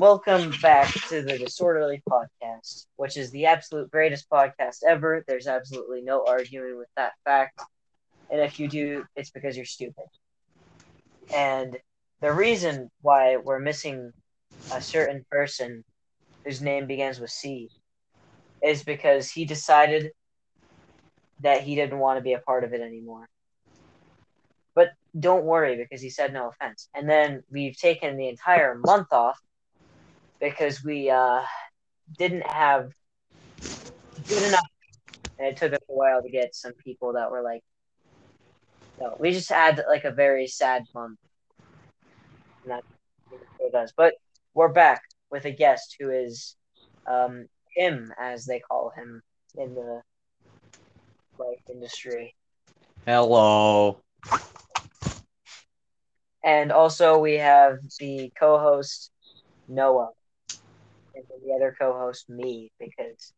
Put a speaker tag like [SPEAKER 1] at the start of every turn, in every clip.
[SPEAKER 1] Welcome back to the Disorderly Podcast, which is the absolute greatest podcast ever. There's absolutely no arguing with that fact. And if you do, it's because you're stupid. And the reason why we're missing a certain person whose name begins with C is because he decided that he didn't want to be a part of it anymore. But don't worry because he said no offense. And then we've taken the entire month off because we uh, didn't have good enough. And it took us a while to get some people that were like, no, we just had like a very sad month. And that's what it does. But we're back with a guest who is um, him, as they call him in the like industry.
[SPEAKER 2] Hello.
[SPEAKER 1] And also we have the co-host Noah and then the other co-host me because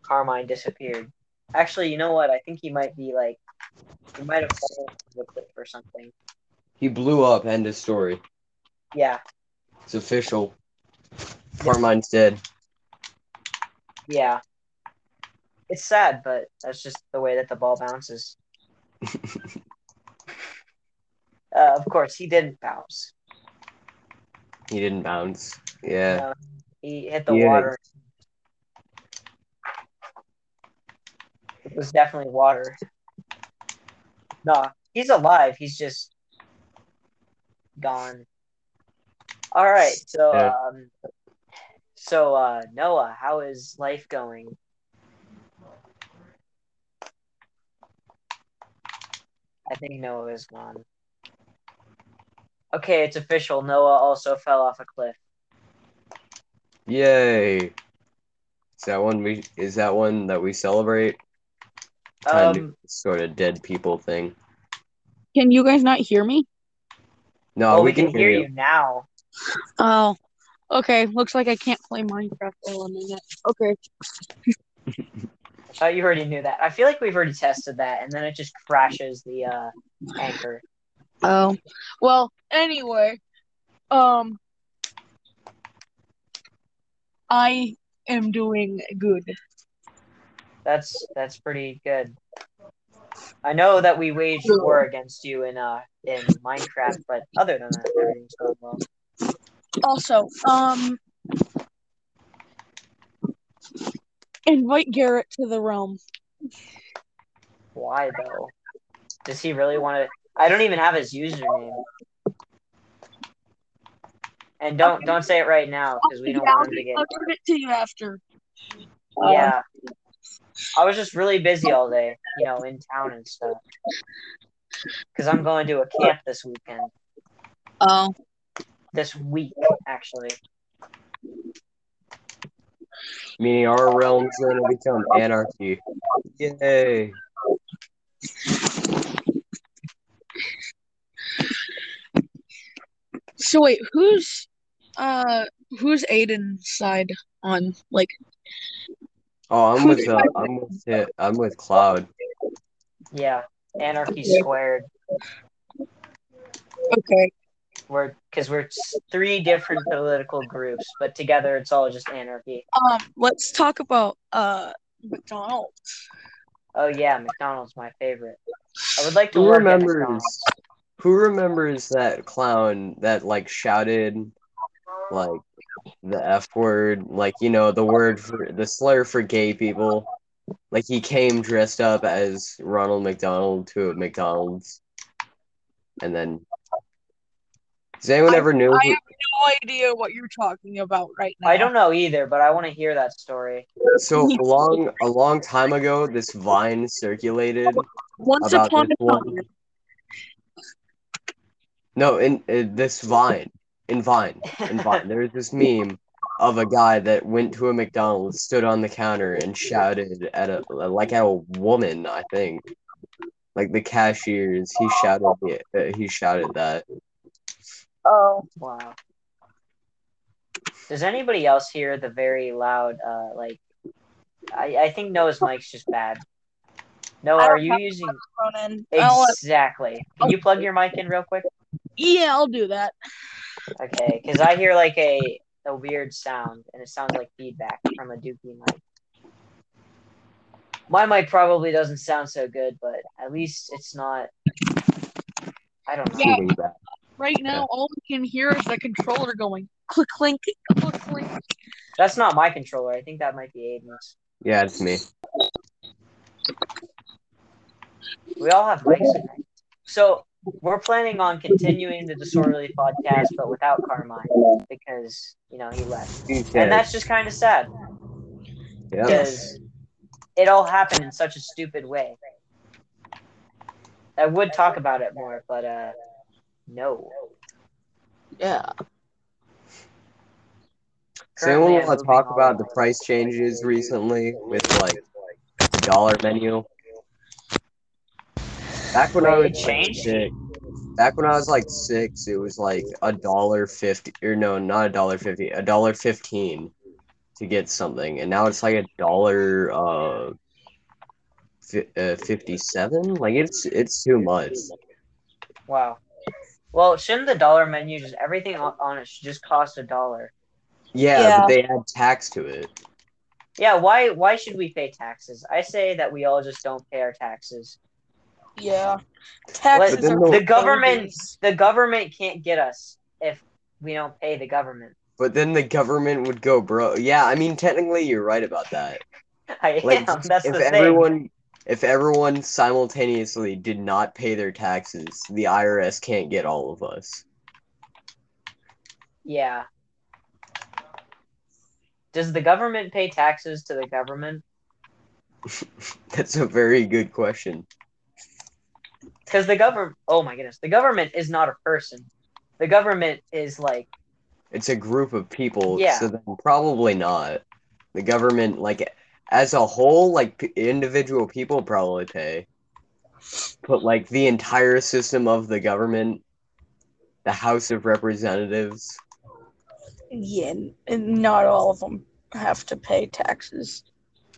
[SPEAKER 1] Carmine disappeared. Actually, you know what? I think he might be like he might have fallen off the cliff or something.
[SPEAKER 2] He blew up. End of story.
[SPEAKER 1] Yeah,
[SPEAKER 2] It's official. Carmine's dead.
[SPEAKER 1] yeah. It's sad, but that's just the way that the ball bounces. uh, of course, he didn't bounce.
[SPEAKER 2] He didn't bounce. Yeah.
[SPEAKER 1] He hit the
[SPEAKER 2] Yeah.
[SPEAKER 1] water. It was definitely water. Nah, he's alive. He's just gone. All right. So,
[SPEAKER 2] Yeah.
[SPEAKER 1] um, so uh, Noah, how is life going? I think Noah is gone. Okay, it's official. Noah also fell off a cliff.
[SPEAKER 2] Yay. Is that one we is that one that we celebrate? Trying to do
[SPEAKER 1] Um,
[SPEAKER 2] this sort of dead people thing.
[SPEAKER 3] Can you guys not hear me?
[SPEAKER 2] No,
[SPEAKER 1] well, Uh, we, can, hear you now.
[SPEAKER 3] Oh, okay. Looks like I can't play Minecraft on the net. Okay.
[SPEAKER 1] I thought you already knew that. I feel like we've already tested that, and then it just crashes the uh, anchor.
[SPEAKER 3] Oh, well. Anyway, um, I am doing good.
[SPEAKER 1] That's that's pretty good. I know that we waged war against you in uh in Minecraft, but other than that, everything's going well.
[SPEAKER 3] Also, um, invite Garrett to the realm.
[SPEAKER 1] Why though? Does he really want to? I don't even have his username. And don't don't say it right now because we don't want him to get.
[SPEAKER 3] I'll give it to you after.
[SPEAKER 1] Yeah, Um, I was just really busy all day, you know, in town and stuff. Because I'm going to a camp this weekend.
[SPEAKER 3] Oh.
[SPEAKER 1] this week, actually.
[SPEAKER 2] Meaning our realm's gonna become anarchy. Yay.
[SPEAKER 3] So wait, who's uh who's Aiden's side on? Like,
[SPEAKER 2] Oh, I'm with uh, I'm with hit. I'm with Cloud.
[SPEAKER 1] Yeah, Anarchy
[SPEAKER 3] Yeah.
[SPEAKER 1] Squared.
[SPEAKER 3] okay,
[SPEAKER 1] We're because we're s- three different political groups, but together it's all just anarchy.
[SPEAKER 3] um, let's talk about uh McDonald.
[SPEAKER 1] Oh yeah, McDonald's my favorite. I would like to
[SPEAKER 2] Who
[SPEAKER 1] work at
[SPEAKER 2] remembers
[SPEAKER 1] McDonald's.
[SPEAKER 2] who remembers that clown that like shouted like the F word, like you know, the word for the slur for gay people. Like he came dressed up as Ronald McDonald to a McDonald's and then Does anyone ever knew
[SPEAKER 3] I
[SPEAKER 2] who-
[SPEAKER 3] have no idea what you're talking about right now.
[SPEAKER 1] I don't know either, but I want to hear that story.
[SPEAKER 2] so a long a long time ago this vine circulated
[SPEAKER 3] Once
[SPEAKER 2] about
[SPEAKER 3] upon
[SPEAKER 2] this
[SPEAKER 3] a time,
[SPEAKER 2] one. No, in uh, this Vine, in Vine, in Vine, there's this meme of a guy that went to a McDonald's, stood on the counter, and shouted at a like at a woman, I think, like the cashiers. He shouted, it- uh, he shouted that.
[SPEAKER 3] oh,
[SPEAKER 1] Wow. Does anybody else hear the very loud, uh, like? I, I think Noah's mic's just bad. Noah,
[SPEAKER 3] I
[SPEAKER 1] are
[SPEAKER 3] don't
[SPEAKER 1] you
[SPEAKER 3] have-
[SPEAKER 1] using
[SPEAKER 3] Ronan. I'll, uh,
[SPEAKER 1] exactly? Can you plug your mic in real quick?
[SPEAKER 3] yeah, I'll do that.
[SPEAKER 1] Okay, because I hear like a a weird sound, and it sounds like feedback from a Dookie mic. My mic probably doesn't sound so good, but at least it's not. I don't know.
[SPEAKER 3] Yeah.
[SPEAKER 2] Shooting back.
[SPEAKER 3] Right now, all we can hear is the controller going click clink, click clink.
[SPEAKER 1] That's not my controller. I think that might be Aiden's.
[SPEAKER 2] Yeah, it's me.
[SPEAKER 1] We all have mics tonight. So we're planning on continuing the disorderly podcast, but without Carmine because you know he left, and that's just kind of sad.
[SPEAKER 2] yeah.
[SPEAKER 1] because it all happened in such a stupid way. I would talk about it more, but uh, no.
[SPEAKER 3] Yeah.
[SPEAKER 2] So anyone
[SPEAKER 1] currently I'm
[SPEAKER 2] want to
[SPEAKER 1] moving
[SPEAKER 2] talk
[SPEAKER 1] all
[SPEAKER 2] about
[SPEAKER 1] over.
[SPEAKER 2] the price changes recently with like the dollar menu? Back when I
[SPEAKER 1] Wait,
[SPEAKER 2] was
[SPEAKER 1] it changed?
[SPEAKER 2] Like, six- back when I was like six, it was like a dollar fifty or no, not a dollar fifty, a dollar fifteen to get something, and now it's like a dollar uh, fi- uh fifty seven. Like it's it's too much.
[SPEAKER 1] Wow. Well, shouldn't the dollar menu just everything on on it should just cost a dollar?
[SPEAKER 2] Yeah,
[SPEAKER 3] Yeah.
[SPEAKER 2] But they add tax to it.
[SPEAKER 1] Yeah. Why? Why should we pay taxes? I say that we all just don't pay our taxes.
[SPEAKER 3] Yeah. Taxes
[SPEAKER 2] But then
[SPEAKER 3] are
[SPEAKER 2] the-
[SPEAKER 1] The government. The government can't get us if we don't pay the government.
[SPEAKER 2] But then the government would go bro. Yeah, I mean technically you're right about that.
[SPEAKER 1] I
[SPEAKER 2] Like,
[SPEAKER 1] am. That's
[SPEAKER 2] if
[SPEAKER 1] the thing.
[SPEAKER 2] everyone if everyone simultaneously did not pay their taxes, the IRS can't get all of us.
[SPEAKER 1] Yeah. Does the government pay taxes to the government?
[SPEAKER 2] That's a very good question.
[SPEAKER 1] Because the government, oh my goodness, the government is not a person. The government is like,
[SPEAKER 2] It's a group of people,
[SPEAKER 1] Yeah.
[SPEAKER 2] so then probably not. The government, like as a whole, like p- individual people probably pay, but like the entire system of the government, the House of Representatives,
[SPEAKER 3] Yeah, and not all of them have to pay taxes.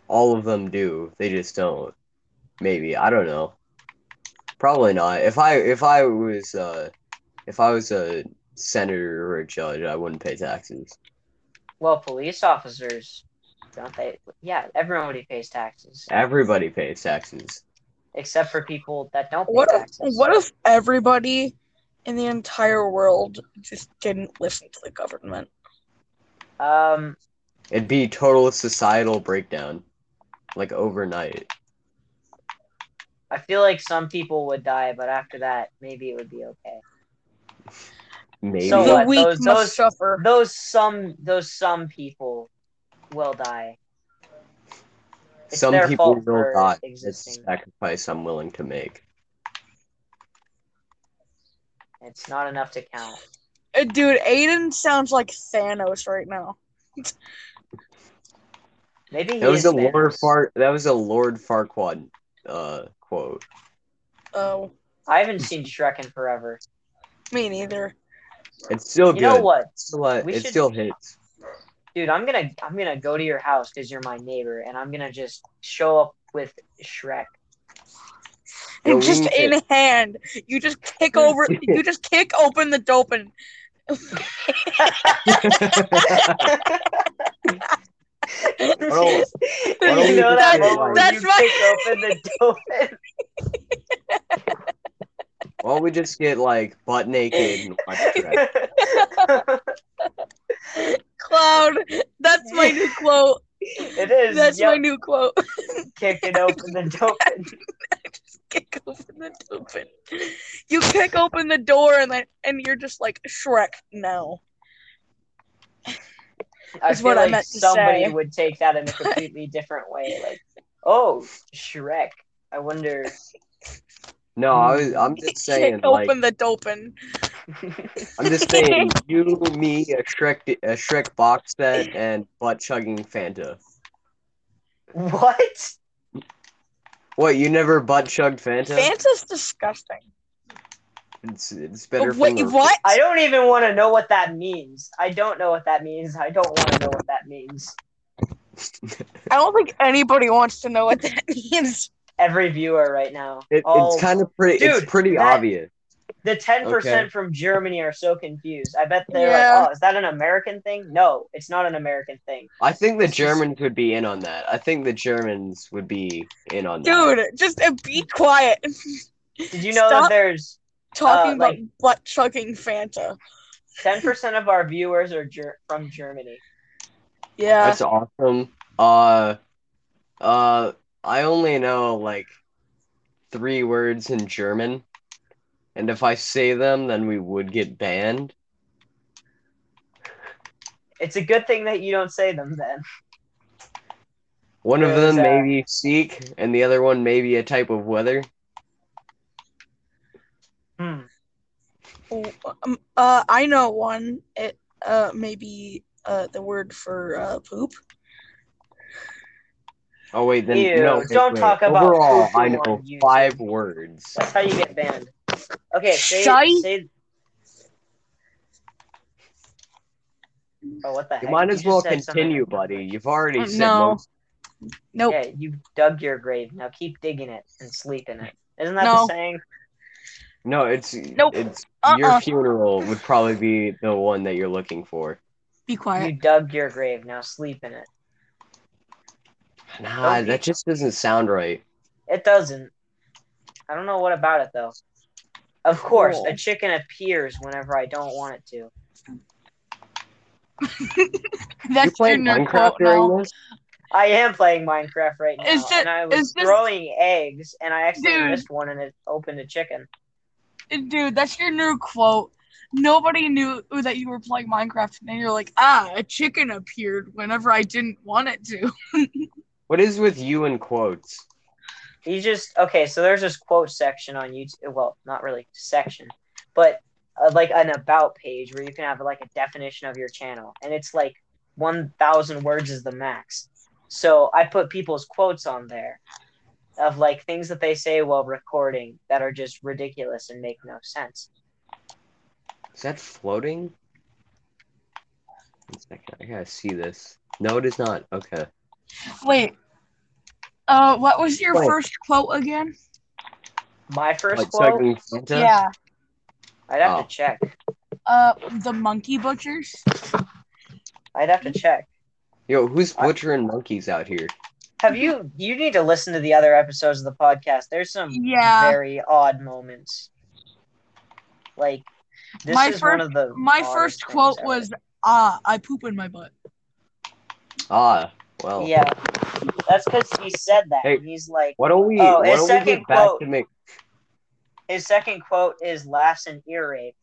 [SPEAKER 2] all of them do. They just don't. Maybe I don't know. Probably not. If I if I was uh if I was a senator or a judge, I wouldn't pay taxes.
[SPEAKER 1] well, police officers, don't they? Yeah, everybody pays taxes
[SPEAKER 2] Everybody pays taxes.
[SPEAKER 1] except for people that don't pay
[SPEAKER 3] What if,
[SPEAKER 1] taxes.
[SPEAKER 3] what if everybody in the entire world just didn't listen to the government?
[SPEAKER 1] um,
[SPEAKER 2] It'd be total societal breakdown, like overnight.
[SPEAKER 1] I feel like some people would die, but after that, maybe it would be okay.
[SPEAKER 2] Maybe.
[SPEAKER 1] So
[SPEAKER 3] the
[SPEAKER 1] what,
[SPEAKER 3] weak
[SPEAKER 1] those-
[SPEAKER 3] must
[SPEAKER 1] those-
[SPEAKER 3] suffer.
[SPEAKER 1] Those some, those some people will die. It's
[SPEAKER 2] Some
[SPEAKER 1] their
[SPEAKER 2] people
[SPEAKER 1] fault
[SPEAKER 2] will
[SPEAKER 1] for
[SPEAKER 2] die. It's a
[SPEAKER 1] existing.
[SPEAKER 2] sacrifice I'm willing to make.
[SPEAKER 1] It's not enough to count.
[SPEAKER 3] Uh, Dude, Aiden sounds like Thanos right now.
[SPEAKER 1] Maybe he
[SPEAKER 2] That was
[SPEAKER 1] is
[SPEAKER 2] a Lord
[SPEAKER 1] Thanos.
[SPEAKER 2] Far. That was a Lord Farquaad uh, quote.
[SPEAKER 3] Oh,
[SPEAKER 1] I haven't seen Shrek in forever.
[SPEAKER 3] me neither.
[SPEAKER 2] It's still
[SPEAKER 1] You
[SPEAKER 2] good.
[SPEAKER 1] know what?
[SPEAKER 2] Still, uh,
[SPEAKER 1] We
[SPEAKER 2] it
[SPEAKER 1] should-
[SPEAKER 2] still hits.
[SPEAKER 1] dude i'm gonna i'm gonna go to your house because you're my neighbor and i'm gonna just show up with shrek
[SPEAKER 2] Yeah, we
[SPEAKER 3] just
[SPEAKER 2] need
[SPEAKER 3] in
[SPEAKER 2] to-
[SPEAKER 3] hand, you just kick over, you just kick open the dopin.
[SPEAKER 2] Bro,
[SPEAKER 1] you
[SPEAKER 2] don't
[SPEAKER 1] know
[SPEAKER 2] we
[SPEAKER 1] that
[SPEAKER 2] just-
[SPEAKER 1] moment when
[SPEAKER 3] that's
[SPEAKER 1] you
[SPEAKER 3] my-
[SPEAKER 1] kick open the door
[SPEAKER 2] Why don't we just get like butt naked and watch Shrek?
[SPEAKER 3] Cloud, that's my new quote.
[SPEAKER 1] it is
[SPEAKER 3] That's
[SPEAKER 1] yep,
[SPEAKER 3] my new quote.
[SPEAKER 1] kicking open the door
[SPEAKER 3] kick open the open. You kick open the door and then and you're just like Shrek now.
[SPEAKER 1] i
[SPEAKER 3] That's
[SPEAKER 1] feel
[SPEAKER 3] what I
[SPEAKER 1] like
[SPEAKER 3] meant to
[SPEAKER 1] somebody
[SPEAKER 3] say.
[SPEAKER 1] would take that in a completely different way like oh shrek i wonder
[SPEAKER 2] No, I was, I'm just saying,
[SPEAKER 3] kick
[SPEAKER 2] like,
[SPEAKER 3] open the dopin.
[SPEAKER 2] I'm just saying, you, me, a Shrek, a Shrek box set, and butt chugging Fanta.
[SPEAKER 1] what
[SPEAKER 2] What? You never butt chugged Fanta?
[SPEAKER 3] Fanta's disgusting.
[SPEAKER 2] It's, it's better.
[SPEAKER 3] Wait,
[SPEAKER 2] for
[SPEAKER 3] what?
[SPEAKER 1] I don't even want to know what that means. I don't know what that means. I don't want to know what that means.
[SPEAKER 3] I don't think anybody wants to know what that means.
[SPEAKER 1] Every viewer right now.
[SPEAKER 2] It,
[SPEAKER 1] all-
[SPEAKER 2] it's kind of pretty.
[SPEAKER 1] Oh, Dude,
[SPEAKER 2] it's pretty
[SPEAKER 1] that-
[SPEAKER 2] obvious.
[SPEAKER 1] The ten percent
[SPEAKER 2] Okay.
[SPEAKER 1] from Germany are so confused. I bet they're
[SPEAKER 3] Yeah.
[SPEAKER 1] like, "Oh, is that an American thing?" No, it's not an American thing.
[SPEAKER 2] I think the Germans would be in on that. I think the Germans would be in on that.
[SPEAKER 3] Dude, just uh, be quiet.
[SPEAKER 1] Did you know that
[SPEAKER 3] Stop.
[SPEAKER 1] there's
[SPEAKER 3] Talking
[SPEAKER 1] Uh, like-
[SPEAKER 3] about butt chugging Fanta.
[SPEAKER 1] ten percent of our viewers are ger- from Germany?
[SPEAKER 3] Yeah.
[SPEAKER 2] That's awesome. Uh, uh, I only know like three words in German, and if I say them, then we would get banned.
[SPEAKER 1] It's a good thing that you don't say them then.
[SPEAKER 2] One of
[SPEAKER 1] Yeah,
[SPEAKER 2] them
[SPEAKER 1] exact-
[SPEAKER 2] may be seek, and the other one may be a type of weather.
[SPEAKER 1] Hmm.
[SPEAKER 3] Um, uh, I know one. It uh maybe uh the word for uh poop.
[SPEAKER 2] Oh wait, then
[SPEAKER 1] Ew,
[SPEAKER 2] no. wait,
[SPEAKER 1] don't
[SPEAKER 2] wait.
[SPEAKER 1] talk about
[SPEAKER 2] Overall,
[SPEAKER 1] poop
[SPEAKER 2] I
[SPEAKER 1] you
[SPEAKER 2] know
[SPEAKER 1] wanna use.
[SPEAKER 2] five words.
[SPEAKER 1] That's how you get banned. Okay, say,
[SPEAKER 3] Shite?
[SPEAKER 1] say. Oh, what the heck?
[SPEAKER 2] You might as
[SPEAKER 1] just
[SPEAKER 2] well
[SPEAKER 1] said something.
[SPEAKER 2] continue, buddy. You've already
[SPEAKER 1] Uh-uh.
[SPEAKER 3] Uh,
[SPEAKER 2] said
[SPEAKER 3] no.
[SPEAKER 2] most.
[SPEAKER 3] Nope.
[SPEAKER 1] Yeah, you dug your grave. Now keep digging it and sleep in it. Isn't that
[SPEAKER 3] No.
[SPEAKER 1] the saying?
[SPEAKER 2] No, it's
[SPEAKER 3] Nope.
[SPEAKER 2] it's
[SPEAKER 3] Uh-uh.
[SPEAKER 2] your funeral would probably be the one that you're looking for.
[SPEAKER 3] Be quiet.
[SPEAKER 1] You dug your grave. Now sleep in it.
[SPEAKER 2] Nah,
[SPEAKER 1] Okay.
[SPEAKER 2] that just doesn't sound right.
[SPEAKER 1] It doesn't. I don't know what about it though. Of course, a
[SPEAKER 3] Cool.
[SPEAKER 1] chicken appears whenever I don't want it to.
[SPEAKER 2] you
[SPEAKER 3] That's your
[SPEAKER 2] played
[SPEAKER 3] new
[SPEAKER 2] Minecraft
[SPEAKER 3] quote
[SPEAKER 2] during
[SPEAKER 3] now.
[SPEAKER 2] this?
[SPEAKER 1] I am playing Minecraft right now,
[SPEAKER 3] Is it-
[SPEAKER 1] and I was
[SPEAKER 3] is this-
[SPEAKER 1] throwing eggs, and I actually
[SPEAKER 3] Dude.
[SPEAKER 1] missed one, and it opened a chicken.
[SPEAKER 3] Dude, that's your new quote. Nobody knew that you were playing Minecraft, and then you're like, ah, a chicken appeared whenever I didn't want it to.
[SPEAKER 2] What is with you in quotes?
[SPEAKER 1] He just okay. So there's this quote section on YouTube. Well, not really section, but uh, like an about page where you can have like a definition of your channel, and it's like one thousand words is the max. So I put people's quotes on there of like things that they say while recording that are just ridiculous and make no sense.
[SPEAKER 2] Is that floating? One second, I gotta see this. No, it is not. Okay.
[SPEAKER 3] Wait. Uh, what was your
[SPEAKER 2] Quote.
[SPEAKER 3] first quote again?
[SPEAKER 1] My first
[SPEAKER 2] Like
[SPEAKER 1] quote,
[SPEAKER 2] sucking Fanta?
[SPEAKER 3] Yeah.
[SPEAKER 1] I'd have
[SPEAKER 2] Oh.
[SPEAKER 1] to check.
[SPEAKER 3] Uh, the monkey butchers.
[SPEAKER 1] I'd have to check.
[SPEAKER 2] Yo, who's
[SPEAKER 1] I-
[SPEAKER 2] butchering monkeys out here?
[SPEAKER 1] Have you? You need to listen to the other episodes of the podcast. There's some
[SPEAKER 3] Yeah.
[SPEAKER 1] very odd moments. Like this
[SPEAKER 3] My
[SPEAKER 1] is one
[SPEAKER 3] first-
[SPEAKER 1] of the
[SPEAKER 3] My
[SPEAKER 1] oddest
[SPEAKER 3] first
[SPEAKER 1] things
[SPEAKER 3] quote
[SPEAKER 1] ever.
[SPEAKER 3] was, ah, I poop in my butt.
[SPEAKER 2] Ah, well.
[SPEAKER 1] yeah. That's because he said that.
[SPEAKER 2] Hey.
[SPEAKER 1] and he's like
[SPEAKER 2] Why don't we?
[SPEAKER 1] Oh,
[SPEAKER 2] why
[SPEAKER 1] his
[SPEAKER 2] don't we
[SPEAKER 1] second
[SPEAKER 2] get back
[SPEAKER 1] quote-
[SPEAKER 2] to make?
[SPEAKER 1] his second quote is laughs and ear rape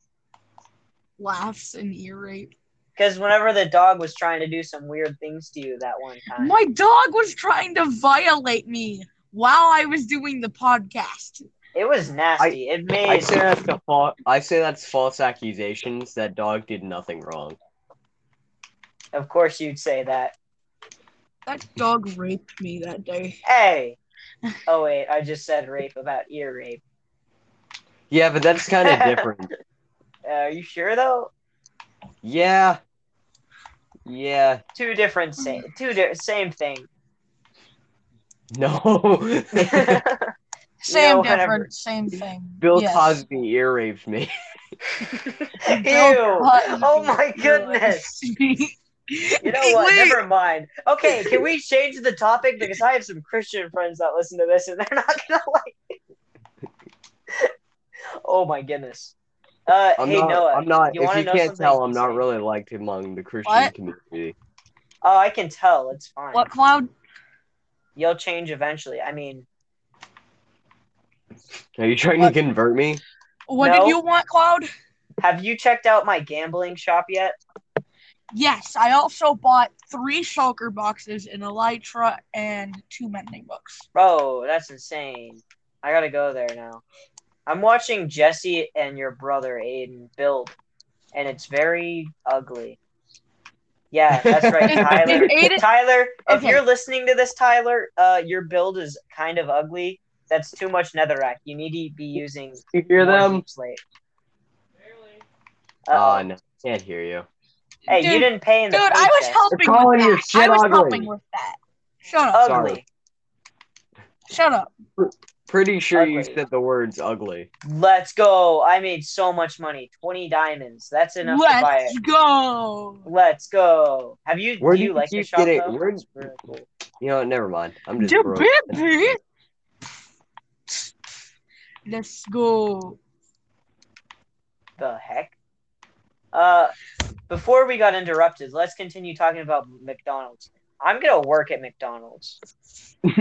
[SPEAKER 3] Laughs and ear rape.
[SPEAKER 1] because whenever the dog was trying to do some weird things to you that one time.
[SPEAKER 3] My dog was trying to violate me while I was doing the podcast.
[SPEAKER 1] It was nasty. it made
[SPEAKER 2] I say that's the fa- I say that's false accusations. That dog did nothing wrong.
[SPEAKER 1] of course you'd say that.
[SPEAKER 3] That dog raped me that day.
[SPEAKER 1] Hey. Oh wait, I just said rape about ear rape.
[SPEAKER 2] Yeah, but that's kind of different.
[SPEAKER 1] Uh, are you sure though?
[SPEAKER 2] Yeah. Yeah.
[SPEAKER 1] Two different same
[SPEAKER 3] Mm.
[SPEAKER 1] two di- same thing.
[SPEAKER 2] No.
[SPEAKER 3] Same
[SPEAKER 1] know,
[SPEAKER 3] difference,
[SPEAKER 1] whatever.
[SPEAKER 3] same thing.
[SPEAKER 2] Bill
[SPEAKER 3] Yes.
[SPEAKER 2] Cosby ear raped me.
[SPEAKER 1] Ew. Oh my goodness. You know what?
[SPEAKER 3] Wait.
[SPEAKER 1] Never mind. Okay, can we change the topic because I have some Christian friends that listen to this and they're not gonna like. It. oh my goodness. Uh,
[SPEAKER 2] I'm
[SPEAKER 1] hey
[SPEAKER 2] not.
[SPEAKER 1] Noah.
[SPEAKER 2] I'm not.
[SPEAKER 1] you
[SPEAKER 2] if
[SPEAKER 1] wanna
[SPEAKER 2] you
[SPEAKER 1] know
[SPEAKER 2] can't
[SPEAKER 1] something?
[SPEAKER 2] tell, I'm not really liked among the Christian
[SPEAKER 3] What?
[SPEAKER 2] community.
[SPEAKER 1] Oh, I can tell. It's fine.
[SPEAKER 3] What cloud?
[SPEAKER 1] You'll change eventually. I mean,
[SPEAKER 2] Are you trying
[SPEAKER 3] What?
[SPEAKER 2] to convert me?
[SPEAKER 3] What
[SPEAKER 1] No.
[SPEAKER 3] did you want, Cloud?
[SPEAKER 1] have you checked out my gambling shop yet?
[SPEAKER 3] Yes, I also bought three shulker boxes, an elytra, and two mending books.
[SPEAKER 1] Bro, that's insane. I gotta go there now. I'm watching Jesse and your brother Aiden build, and it's very ugly. Yeah, that's right,
[SPEAKER 3] Is-
[SPEAKER 1] Tyler.
[SPEAKER 3] is Aiden-
[SPEAKER 1] Tyler, if
[SPEAKER 3] Okay.
[SPEAKER 1] you're listening to this, Tyler, uh, your build is kind of ugly. That's too much netherrack. You need to be using
[SPEAKER 2] You hear
[SPEAKER 1] more
[SPEAKER 2] them?
[SPEAKER 1] deep slate.
[SPEAKER 2] Oh,
[SPEAKER 1] Uh,
[SPEAKER 2] no, can't hear you.
[SPEAKER 1] hey,
[SPEAKER 3] dude,
[SPEAKER 1] you didn't pay in the
[SPEAKER 3] dude, I was
[SPEAKER 1] paycheck.
[SPEAKER 3] helping
[SPEAKER 2] They're calling
[SPEAKER 3] with
[SPEAKER 2] your
[SPEAKER 3] that.
[SPEAKER 2] shit
[SPEAKER 3] I was
[SPEAKER 2] ugly.
[SPEAKER 3] helping with that. Shut up.
[SPEAKER 1] Ugly.
[SPEAKER 2] Sorry.
[SPEAKER 3] Shut up.
[SPEAKER 2] Pretty sure you
[SPEAKER 1] Ugly.
[SPEAKER 2] said the words ugly.
[SPEAKER 1] Let's go. I made so much money. 20 diamonds. That's enough to buy
[SPEAKER 3] Let's
[SPEAKER 1] it.
[SPEAKER 3] go.
[SPEAKER 1] Let's go. Have you
[SPEAKER 2] Where
[SPEAKER 1] do
[SPEAKER 2] do
[SPEAKER 1] you
[SPEAKER 2] you
[SPEAKER 1] like the
[SPEAKER 2] keep
[SPEAKER 1] shop
[SPEAKER 2] getting-
[SPEAKER 1] though?
[SPEAKER 2] where-
[SPEAKER 1] It's really cool.
[SPEAKER 2] You know, what, never mind. I'm just
[SPEAKER 3] Da
[SPEAKER 2] broke.
[SPEAKER 3] baby. Let's go.
[SPEAKER 1] The heck? Uh before we got interrupted, let's continue talking about McDonald's. I'm gonna work at McDonald's.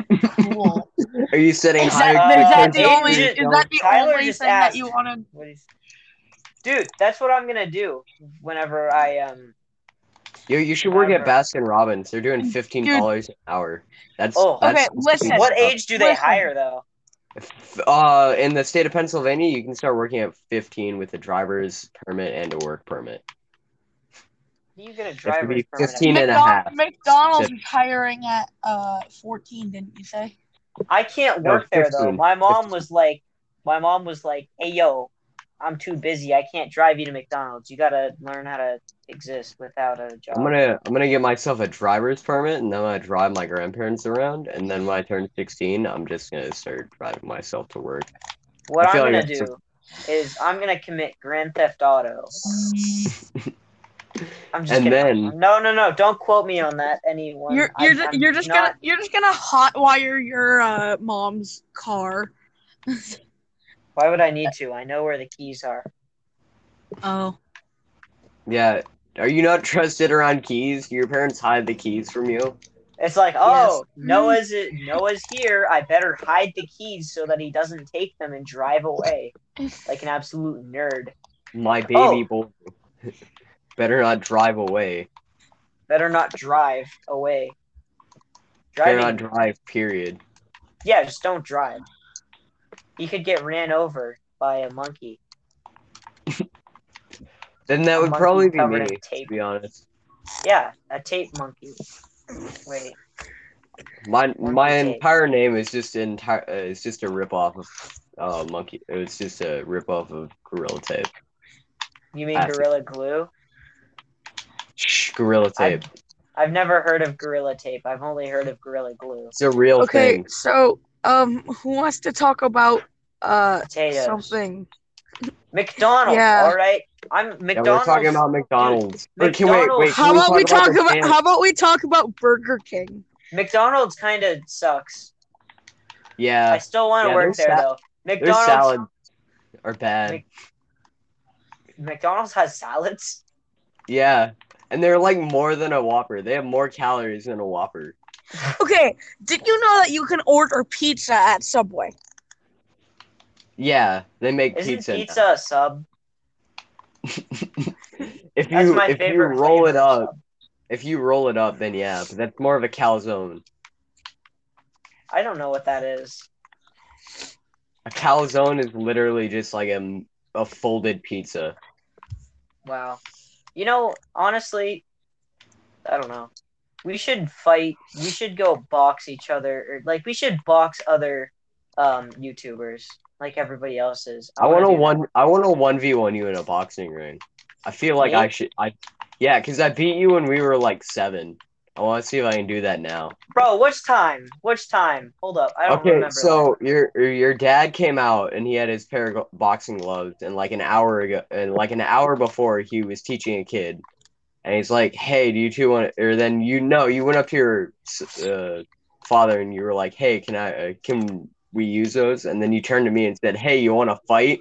[SPEAKER 3] Cool.
[SPEAKER 2] Are you setting
[SPEAKER 3] is
[SPEAKER 2] higher
[SPEAKER 1] Uh,
[SPEAKER 3] that, is that the
[SPEAKER 1] Tyler
[SPEAKER 3] only is
[SPEAKER 1] just-
[SPEAKER 3] that the
[SPEAKER 1] Tyler
[SPEAKER 3] only
[SPEAKER 1] just
[SPEAKER 3] thing
[SPEAKER 1] asked.
[SPEAKER 3] that you want to?
[SPEAKER 1] What is Dude, that's what I'm gonna do whenever I um
[SPEAKER 2] You, you should work at
[SPEAKER 1] However.
[SPEAKER 2] Baskin Robbins. They're doing fifteen dollars an hour. That's
[SPEAKER 1] Oh.
[SPEAKER 2] that's
[SPEAKER 3] Okay, listen.
[SPEAKER 1] what age do they
[SPEAKER 3] Listen.
[SPEAKER 1] hire though?
[SPEAKER 2] Uh, in the state of Pennsylvania, you can start working at fifteen with a driver's permit and a work permit.
[SPEAKER 1] You get a
[SPEAKER 2] That should
[SPEAKER 1] driver's
[SPEAKER 2] be
[SPEAKER 1] permit.
[SPEAKER 2] 15 and a half.
[SPEAKER 3] McDonald's is hiring at uh 14, didn't you say?
[SPEAKER 1] I can't
[SPEAKER 2] No,
[SPEAKER 1] work there though.
[SPEAKER 2] 15.
[SPEAKER 1] My mom
[SPEAKER 2] 15.
[SPEAKER 1] was like, my mom was like, "Hey yo, I'm too busy. I can't drive you to McDonald's. You gotta learn how to exist without a job."
[SPEAKER 2] I'm gonna I'm gonna get myself a driver's permit and then I'm gonna drive my grandparents around and then when I turn sixteen, I'm just gonna start driving myself to work.
[SPEAKER 1] what
[SPEAKER 2] I
[SPEAKER 1] I'm
[SPEAKER 2] feel
[SPEAKER 1] gonna
[SPEAKER 2] like
[SPEAKER 1] do
[SPEAKER 2] it's
[SPEAKER 1] is I'm gonna commit Grand Theft Auto. I'm just
[SPEAKER 2] And
[SPEAKER 1] kidding.
[SPEAKER 2] then-
[SPEAKER 1] no, no, no! Don't quote me on that, anyone.
[SPEAKER 3] You're
[SPEAKER 1] I-
[SPEAKER 3] you're ju-
[SPEAKER 1] I'm
[SPEAKER 3] you're just
[SPEAKER 1] not-
[SPEAKER 3] gonna you're just gonna hotwire your uh mom's car.
[SPEAKER 1] Why would I need to? I know where the keys are.
[SPEAKER 3] Oh.
[SPEAKER 2] Yeah. Are you not trusted around keys? Do your parents hide the keys from you?
[SPEAKER 1] It's like, oh, Noah's Noah's here. I better hide the keys so that he doesn't take them and drive away like an absolute nerd.
[SPEAKER 2] My baby
[SPEAKER 1] Oh.
[SPEAKER 2] boy better not drive away.
[SPEAKER 1] Better not drive away.
[SPEAKER 2] Better
[SPEAKER 1] Driving,
[SPEAKER 2] not drive, period.
[SPEAKER 1] yeah, just don't drive. You could get ran over by a monkey.
[SPEAKER 2] Then that
[SPEAKER 1] A
[SPEAKER 2] would
[SPEAKER 1] monkey
[SPEAKER 2] probably be
[SPEAKER 1] covered
[SPEAKER 2] me,
[SPEAKER 1] in
[SPEAKER 2] to
[SPEAKER 1] tape.
[SPEAKER 2] be honest.
[SPEAKER 1] Yeah, a tape monkey. Wait,
[SPEAKER 2] My my
[SPEAKER 1] tape.
[SPEAKER 2] entire name is just entire uh, it's just a rip off of uh monkey it's just a rip off of gorilla tape.
[SPEAKER 1] you mean
[SPEAKER 2] Classic.
[SPEAKER 1] gorilla glue?
[SPEAKER 2] Shh, gorilla
[SPEAKER 1] I-
[SPEAKER 2] tape.
[SPEAKER 1] I've never heard of gorilla tape. I've only held of gorilla glue.
[SPEAKER 2] It's a real
[SPEAKER 3] Okay,
[SPEAKER 2] thing.
[SPEAKER 3] so um who wants to talk about uh
[SPEAKER 1] Potatoes.
[SPEAKER 3] something?
[SPEAKER 1] McDonald's.
[SPEAKER 3] Yeah.
[SPEAKER 1] All right, I'm McDonald's.
[SPEAKER 2] Yeah, we're talking about McDonald's. But can wait, wait,
[SPEAKER 1] McDonald's-
[SPEAKER 2] can
[SPEAKER 3] How about we talk
[SPEAKER 2] the
[SPEAKER 3] about
[SPEAKER 2] sandwich?
[SPEAKER 3] how about we talk about Burger King?
[SPEAKER 1] McDonald's kind of sucks. I
[SPEAKER 2] Yeah,
[SPEAKER 1] still want to
[SPEAKER 2] yeah,
[SPEAKER 1] work there
[SPEAKER 2] their sa-
[SPEAKER 1] though.
[SPEAKER 2] their
[SPEAKER 1] McDonald's.
[SPEAKER 2] salads are bad.
[SPEAKER 1] Mc- McDonald's has salads.
[SPEAKER 2] Yeah. And they're like more than a Whopper. They have more calories than a Whopper.
[SPEAKER 3] Okay, did you know that you can order pizza at Subway?
[SPEAKER 2] Yeah, they make
[SPEAKER 1] Isn't
[SPEAKER 2] pizza.
[SPEAKER 1] pizza,
[SPEAKER 2] now.
[SPEAKER 1] a sub?
[SPEAKER 2] If
[SPEAKER 1] That's
[SPEAKER 2] you
[SPEAKER 1] my
[SPEAKER 2] if you
[SPEAKER 1] favorite.
[SPEAKER 2] roll it
[SPEAKER 1] flavor of
[SPEAKER 2] up,
[SPEAKER 1] sub.
[SPEAKER 2] if you roll it up, then yeah, but that's more of a calzone.
[SPEAKER 1] I don't know what that is.
[SPEAKER 2] A calzone is literally just like a, a folded pizza.
[SPEAKER 1] Wow. You know, honestly, I don't know. We should fight. We should go box each other, or like we should box other um YouTubers, like everybody else is.
[SPEAKER 2] I want to
[SPEAKER 1] wanna do
[SPEAKER 2] one. I want to one v one you in a boxing ring. I feel like
[SPEAKER 1] Me?
[SPEAKER 2] I should. I yeah, because I beat you when we were like seven. I want to see if I can do that now.
[SPEAKER 1] that. Bro, what's time? What's time? Hold up, I don't
[SPEAKER 2] Okay,
[SPEAKER 1] remember.
[SPEAKER 2] so your your dad came out and he had his pair of glo- boxing gloves, and like an hour ago, and like an hour before, he was teaching a kid, and he's like, "Hey, do you two want?" Or then you know you went up to your s- uh, father and you were like, "Hey, can I? Uh, can we use those?" And then you turned to me and said, "Hey, you want to fight?"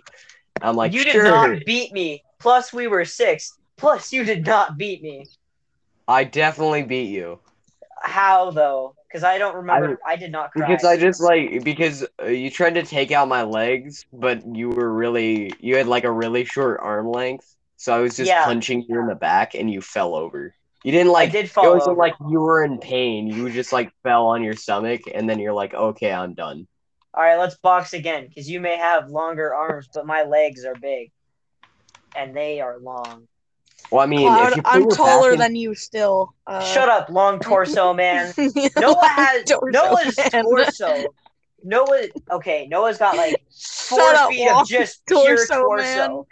[SPEAKER 2] I'm like,
[SPEAKER 1] you
[SPEAKER 2] "Sure."
[SPEAKER 1] did not beat me. Plus, we were six. Plus, you did not beat me.
[SPEAKER 2] I definitely beat you
[SPEAKER 1] How though? Because I don't remember. I, did not cry.
[SPEAKER 2] because I just like because uh, you tried to take out my legs, but you were really you had like a really short arm length, so I was just
[SPEAKER 1] Yeah.
[SPEAKER 2] punching you in the back and you fell over. You didn't like
[SPEAKER 1] I
[SPEAKER 2] it
[SPEAKER 1] did fall.
[SPEAKER 2] wasn't
[SPEAKER 1] over.
[SPEAKER 2] like you were in pain. You just like fell on your stomach and then you're like, okay, I'm done.
[SPEAKER 1] All right, let's box again because you may have longer arms, but my legs are big, and they are long.
[SPEAKER 2] Well, I mean,
[SPEAKER 3] Cloud,
[SPEAKER 2] if you put
[SPEAKER 3] I'm
[SPEAKER 2] your
[SPEAKER 3] taller
[SPEAKER 2] back in-
[SPEAKER 3] than you still. Uh,
[SPEAKER 1] Shut up, long torso man. Noah has
[SPEAKER 3] Torso
[SPEAKER 1] Noah's
[SPEAKER 3] man.
[SPEAKER 1] torso. Noah. Okay, Noah's got like four
[SPEAKER 3] Shut up,
[SPEAKER 1] feet of
[SPEAKER 3] Wong.
[SPEAKER 1] just pure
[SPEAKER 3] torso,
[SPEAKER 1] torso.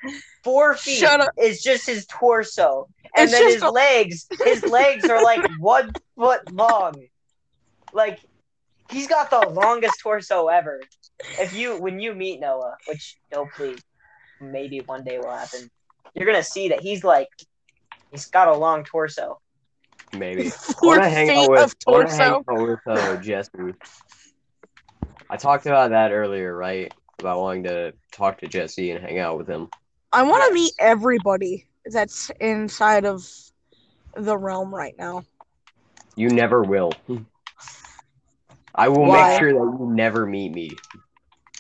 [SPEAKER 1] Four feet
[SPEAKER 3] Shut up.
[SPEAKER 1] is just his torso, and
[SPEAKER 3] It's
[SPEAKER 1] then
[SPEAKER 3] just
[SPEAKER 1] his
[SPEAKER 3] a-
[SPEAKER 1] legs. His legs are like one foot long. Like he's got the longest torso ever. if you when you meet Noah, which hopefully maybe one day will happen, you're gonna see that he's like he's got a long torso.
[SPEAKER 2] Maybe. I
[SPEAKER 3] Four
[SPEAKER 2] wanna hang out
[SPEAKER 3] feet
[SPEAKER 2] with,
[SPEAKER 3] of
[SPEAKER 2] I wanna hang
[SPEAKER 3] torso.
[SPEAKER 2] out with uh, Jesse. I talked about that earlier, right? About wanting to talk to Jesse and hang out with him.
[SPEAKER 3] I want
[SPEAKER 1] Yes.
[SPEAKER 3] to meet everybody that's inside of the realm right now.
[SPEAKER 2] You never will. I will
[SPEAKER 3] Why?
[SPEAKER 2] make sure that you never meet me.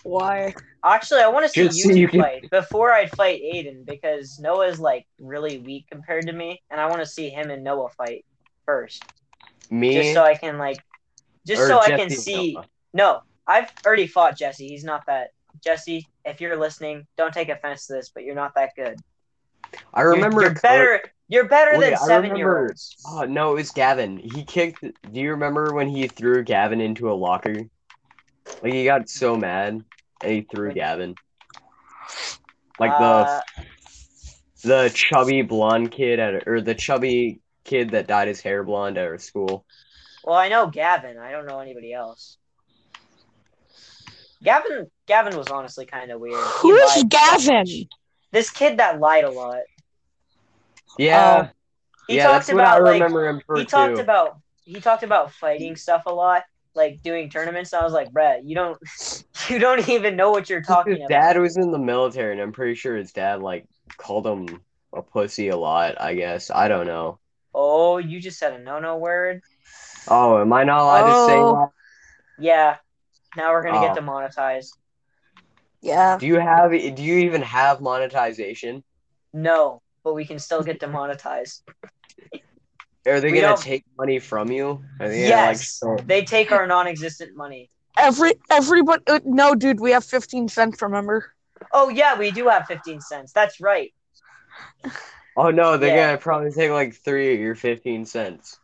[SPEAKER 3] Why?
[SPEAKER 1] Actually, I want to see
[SPEAKER 2] Just
[SPEAKER 1] you
[SPEAKER 2] so you
[SPEAKER 1] two
[SPEAKER 2] can-
[SPEAKER 1] fight before I'd fight Aiden because Noah's like really weak compared to me, and I want to see him and Noah fight first,
[SPEAKER 2] Me
[SPEAKER 1] just so I can like, just
[SPEAKER 2] or
[SPEAKER 1] so I
[SPEAKER 2] Jesse
[SPEAKER 1] can
[SPEAKER 2] and
[SPEAKER 1] see.
[SPEAKER 2] Noah?
[SPEAKER 1] No, I've already fought Jesse. He's not that. Jesse, if you're listening, don't take offense to this, but you're not that good.
[SPEAKER 2] I
[SPEAKER 1] You're-
[SPEAKER 2] remember
[SPEAKER 1] You're, better. You're better
[SPEAKER 2] Wait,
[SPEAKER 1] than
[SPEAKER 2] I
[SPEAKER 1] seven year
[SPEAKER 2] remember-
[SPEAKER 1] olds.
[SPEAKER 2] Oh no, it was Gavin. He kicked. Do you remember when he threw Gavin into a locker? Like he got so mad and he threw Gavin. Like
[SPEAKER 1] Uh,
[SPEAKER 2] the the chubby blonde kid at or the chubby kid that dyed his hair blonde at our school.
[SPEAKER 1] Well, I know Gavin. I don't know anybody else. Gavin. Gavin was honestly kind of weird. He
[SPEAKER 3] Who's
[SPEAKER 1] lied.
[SPEAKER 3] Gavin?
[SPEAKER 1] This kid that lied a lot.
[SPEAKER 2] Yeah,
[SPEAKER 1] Oh, He
[SPEAKER 2] yeah,
[SPEAKER 1] talked
[SPEAKER 2] that's what I
[SPEAKER 1] about like
[SPEAKER 2] remember him for
[SPEAKER 1] he talked
[SPEAKER 2] too.
[SPEAKER 1] about he talked about fighting stuff a lot, like doing tournaments. I was like, Brett, you don't you don't even know what you're talking
[SPEAKER 2] his
[SPEAKER 1] about.
[SPEAKER 2] dad was in the military, and I'm pretty sure his dad like called him a pussy a lot. I guess I don't know.
[SPEAKER 1] Oh, you just said a no no word.
[SPEAKER 2] Oh, am I not allowed to say
[SPEAKER 3] Oh.
[SPEAKER 2] that?
[SPEAKER 1] Yeah. Now we're gonna
[SPEAKER 2] Oh.
[SPEAKER 1] get demonetized.
[SPEAKER 3] Yeah.
[SPEAKER 2] Do you have? Do you even have monetization?
[SPEAKER 1] No, but we can still get demonetized.
[SPEAKER 2] Are they
[SPEAKER 1] We
[SPEAKER 2] gonna
[SPEAKER 1] don't-
[SPEAKER 2] take money from you? Are they gonna, like,
[SPEAKER 1] yes.
[SPEAKER 2] sell-
[SPEAKER 1] They take our non existent money.
[SPEAKER 3] Every everybody. uh, No, dude, we have fifteen cents. Remember?
[SPEAKER 1] Oh yeah, we do have fifteen cents. That's right.
[SPEAKER 2] oh no, they're
[SPEAKER 1] Yeah.
[SPEAKER 2] gonna probably take like three of your fifteen cents.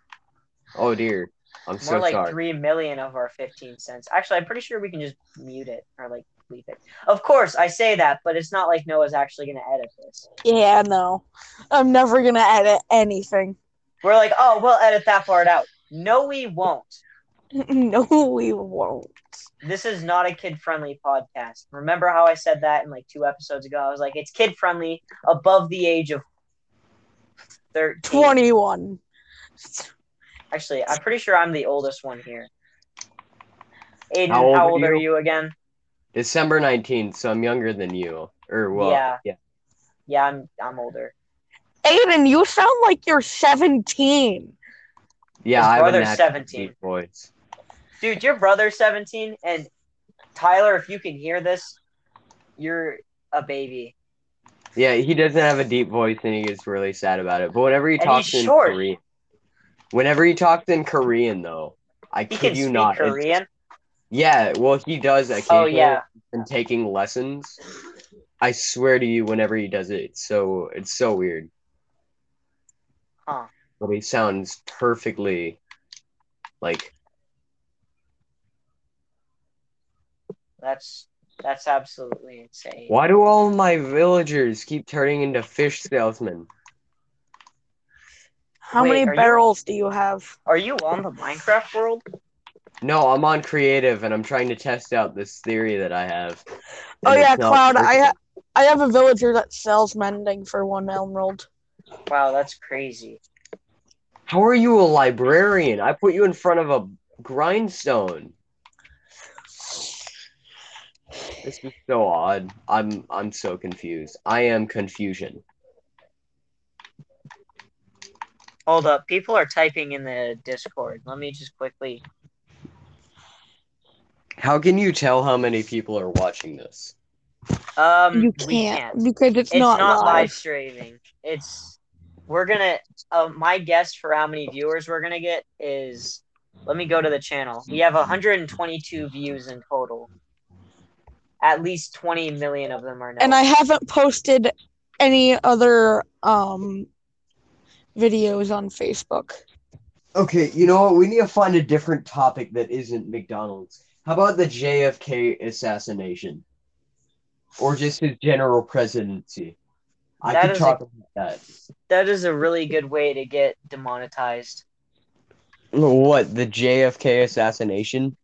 [SPEAKER 2] Oh dear, I'm
[SPEAKER 1] More
[SPEAKER 2] so
[SPEAKER 1] like
[SPEAKER 2] sorry.
[SPEAKER 1] three million of our fifteen cents. Actually, I'm pretty sure we can just mute it or like leave it. Of course, I say that, but it's not like Noah's actually gonna edit this.
[SPEAKER 3] Yeah. No, I'm never gonna edit anything.
[SPEAKER 1] We're like, oh, we'll edit that part out. No, we won't.
[SPEAKER 3] no, we won't.
[SPEAKER 1] This is not a kid friendly podcast. Remember how I said that in like two episodes ago? I was like, it's kid friendly above the age of 13.
[SPEAKER 3] Twenty-one.
[SPEAKER 1] Actually, I'm pretty sure I'm the oldest one here. Aiden,
[SPEAKER 2] How
[SPEAKER 1] how
[SPEAKER 2] old
[SPEAKER 1] old,
[SPEAKER 2] are
[SPEAKER 1] are
[SPEAKER 2] you?
[SPEAKER 1] you again?
[SPEAKER 2] December nineteenth, so I'm younger than you. Or well,
[SPEAKER 1] Yeah.
[SPEAKER 2] yeah.
[SPEAKER 1] Yeah, I'm I'm older.
[SPEAKER 3] Aiden, you sound like you're seventeen.
[SPEAKER 2] Yeah,
[SPEAKER 1] His
[SPEAKER 2] I have a
[SPEAKER 1] brother's
[SPEAKER 2] natural
[SPEAKER 1] 17.
[SPEAKER 2] deep voice.
[SPEAKER 1] Dude, your brother's 17 and Tyler, if you can hear this, you're a baby.
[SPEAKER 2] Yeah, he doesn't have a deep voice, and he gets really sad about it. But whenever he
[SPEAKER 1] And
[SPEAKER 2] talks
[SPEAKER 1] he's
[SPEAKER 2] in
[SPEAKER 1] short.
[SPEAKER 2] Korean, whenever he talks in Korean, though, I
[SPEAKER 1] He
[SPEAKER 2] kid
[SPEAKER 1] can
[SPEAKER 2] you
[SPEAKER 1] speak
[SPEAKER 2] not, it's-
[SPEAKER 1] Korean.
[SPEAKER 2] Yeah, well, he does
[SPEAKER 1] Oh
[SPEAKER 2] occasionally.
[SPEAKER 1] yeah.
[SPEAKER 2] and taking lessons. I swear to you, whenever he does it, it's so it's so weird.
[SPEAKER 1] Huh.
[SPEAKER 2] But he sounds perfectly like
[SPEAKER 1] That's that's absolutely insane.
[SPEAKER 2] why do all my villagers keep turning into fish salesmen?
[SPEAKER 3] How
[SPEAKER 1] Wait, are
[SPEAKER 3] many
[SPEAKER 1] you-
[SPEAKER 3] barrels do you have?
[SPEAKER 1] Are you on the Minecraft world?
[SPEAKER 2] No, I'm on creative and I'm trying to test out this theory that I have.
[SPEAKER 3] Oh
[SPEAKER 2] And
[SPEAKER 3] yeah,
[SPEAKER 2] it's not
[SPEAKER 3] Cloud. I
[SPEAKER 2] working.
[SPEAKER 3] ha- I have a villager that sells mending for one emerald.
[SPEAKER 1] Wow, that's crazy.
[SPEAKER 2] How are you a librarian? I put you in front of a grindstone. This is so odd. I'm I'm so confused. I am confusion.
[SPEAKER 1] Hold up, people are typing in the Discord. Let me just quickly.
[SPEAKER 2] How can you tell how many people are watching this?
[SPEAKER 1] Um,
[SPEAKER 3] you
[SPEAKER 1] we
[SPEAKER 3] can't,
[SPEAKER 1] can't.
[SPEAKER 3] because it's,
[SPEAKER 1] It's not,
[SPEAKER 3] live.
[SPEAKER 1] live streaming. It's we're gonna. Uh, my guess for how many viewers we're gonna get is. Let me go to the channel. We have 122 views in total. At least 20 million of them are now.
[SPEAKER 3] And I haven't posted any other um videos on Facebook.
[SPEAKER 2] Okay, you know what? We need to find a different topic that isn't McDonald's. How about the JFK assassination? Or just his general presidency? I
[SPEAKER 1] That
[SPEAKER 2] could
[SPEAKER 1] is
[SPEAKER 2] talk about
[SPEAKER 1] that is a really good way to get demonetized.
[SPEAKER 2] that. What, the JFK assassination?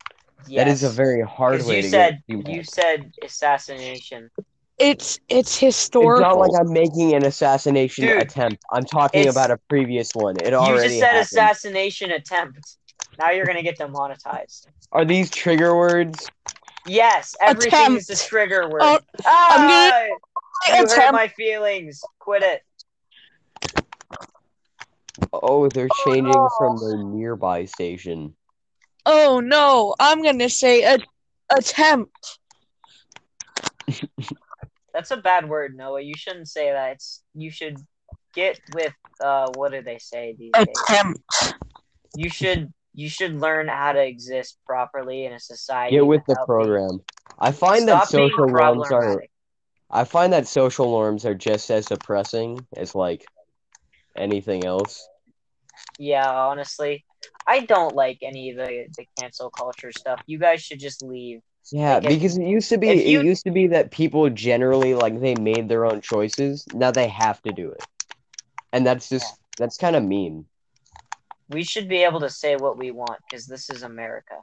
[SPEAKER 1] Yes.
[SPEAKER 2] That is a very hard
[SPEAKER 1] 'Cause
[SPEAKER 2] way
[SPEAKER 1] you
[SPEAKER 2] to
[SPEAKER 1] said
[SPEAKER 2] get feedback.
[SPEAKER 1] you said assassination.
[SPEAKER 3] It's it's
[SPEAKER 2] It's
[SPEAKER 3] historical.
[SPEAKER 2] not like I'm making an assassination
[SPEAKER 1] Dude,
[SPEAKER 2] attempt. I'm talking
[SPEAKER 1] it's-
[SPEAKER 2] about a previous one. It
[SPEAKER 1] You
[SPEAKER 2] already
[SPEAKER 1] just said
[SPEAKER 2] happened.
[SPEAKER 1] assassination attempt. Now you're gonna get demonetized.
[SPEAKER 2] Are these trigger words?
[SPEAKER 1] Yes, everything is a
[SPEAKER 3] Attempt.
[SPEAKER 1] trigger word.
[SPEAKER 3] Oh, I'm gonna-
[SPEAKER 1] Ah, you hurt
[SPEAKER 3] attempt.
[SPEAKER 1] my feelings. Quit it.
[SPEAKER 2] Oh, they're changing from the nearby station.
[SPEAKER 3] oh no, I'm gonna say a, attempt.
[SPEAKER 1] That's a bad word, Noah. You shouldn't say that. It's, you should get with uh what do they say these days?
[SPEAKER 3] Attempt.
[SPEAKER 1] You should you should learn how to exist properly in a society.
[SPEAKER 2] Get with the
[SPEAKER 1] without being-
[SPEAKER 2] program. I find that
[SPEAKER 1] Stop being
[SPEAKER 2] social norms are
[SPEAKER 1] problematic.
[SPEAKER 2] I find that social norms are just as oppressing as like anything else.
[SPEAKER 1] Yeah, honestly. I don't like any of the, the cancel culture stuff. You guys should just leave.
[SPEAKER 2] Yeah,
[SPEAKER 1] Like, if-
[SPEAKER 2] because it used to be
[SPEAKER 1] if you-
[SPEAKER 2] it used to be that people generally like they made their own choices. Now they have to do it. And that's just that's kind of mean.
[SPEAKER 1] We should be able to say what we want because this is America.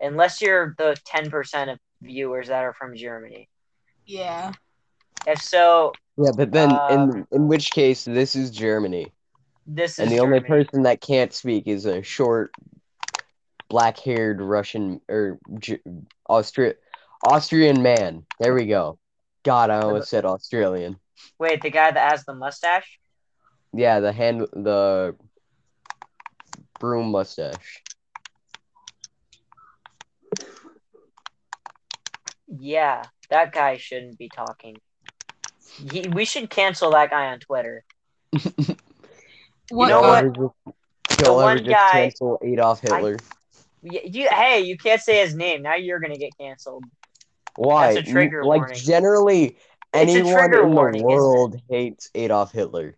[SPEAKER 1] Unless you're the ten percent of viewers that are from Germany.
[SPEAKER 3] Yeah.
[SPEAKER 1] If so,
[SPEAKER 2] Yeah, but then in
[SPEAKER 1] Um,
[SPEAKER 2] in which case this is Germany.
[SPEAKER 1] this is
[SPEAKER 2] and the only
[SPEAKER 1] Germany.
[SPEAKER 2] person that can't speak is a short, black-haired Russian or G- Austri- Austrian man. There we go. God, I almost said Australian.
[SPEAKER 1] Wait, the guy that has the mustache?
[SPEAKER 2] Yeah, the hand, the broom mustache.
[SPEAKER 1] Yeah, that guy shouldn't be talking. He, we should cancel that guy on Twitter.
[SPEAKER 3] What?
[SPEAKER 1] know
[SPEAKER 2] He'll
[SPEAKER 1] what?
[SPEAKER 2] ever just- he'll
[SPEAKER 1] The
[SPEAKER 2] ever
[SPEAKER 1] one
[SPEAKER 2] just
[SPEAKER 1] guy-
[SPEAKER 2] cancel Adolf Hitler.
[SPEAKER 1] Y- You, hey, you can't say his name. Now you're gonna get canceled.
[SPEAKER 2] Why?
[SPEAKER 1] that's a trigger
[SPEAKER 2] like
[SPEAKER 1] warning.
[SPEAKER 2] generally,
[SPEAKER 1] It's a
[SPEAKER 2] anyone
[SPEAKER 1] trigger
[SPEAKER 2] in
[SPEAKER 1] warning,
[SPEAKER 2] the
[SPEAKER 1] isn't it?
[SPEAKER 2] world hates Adolf Hitler.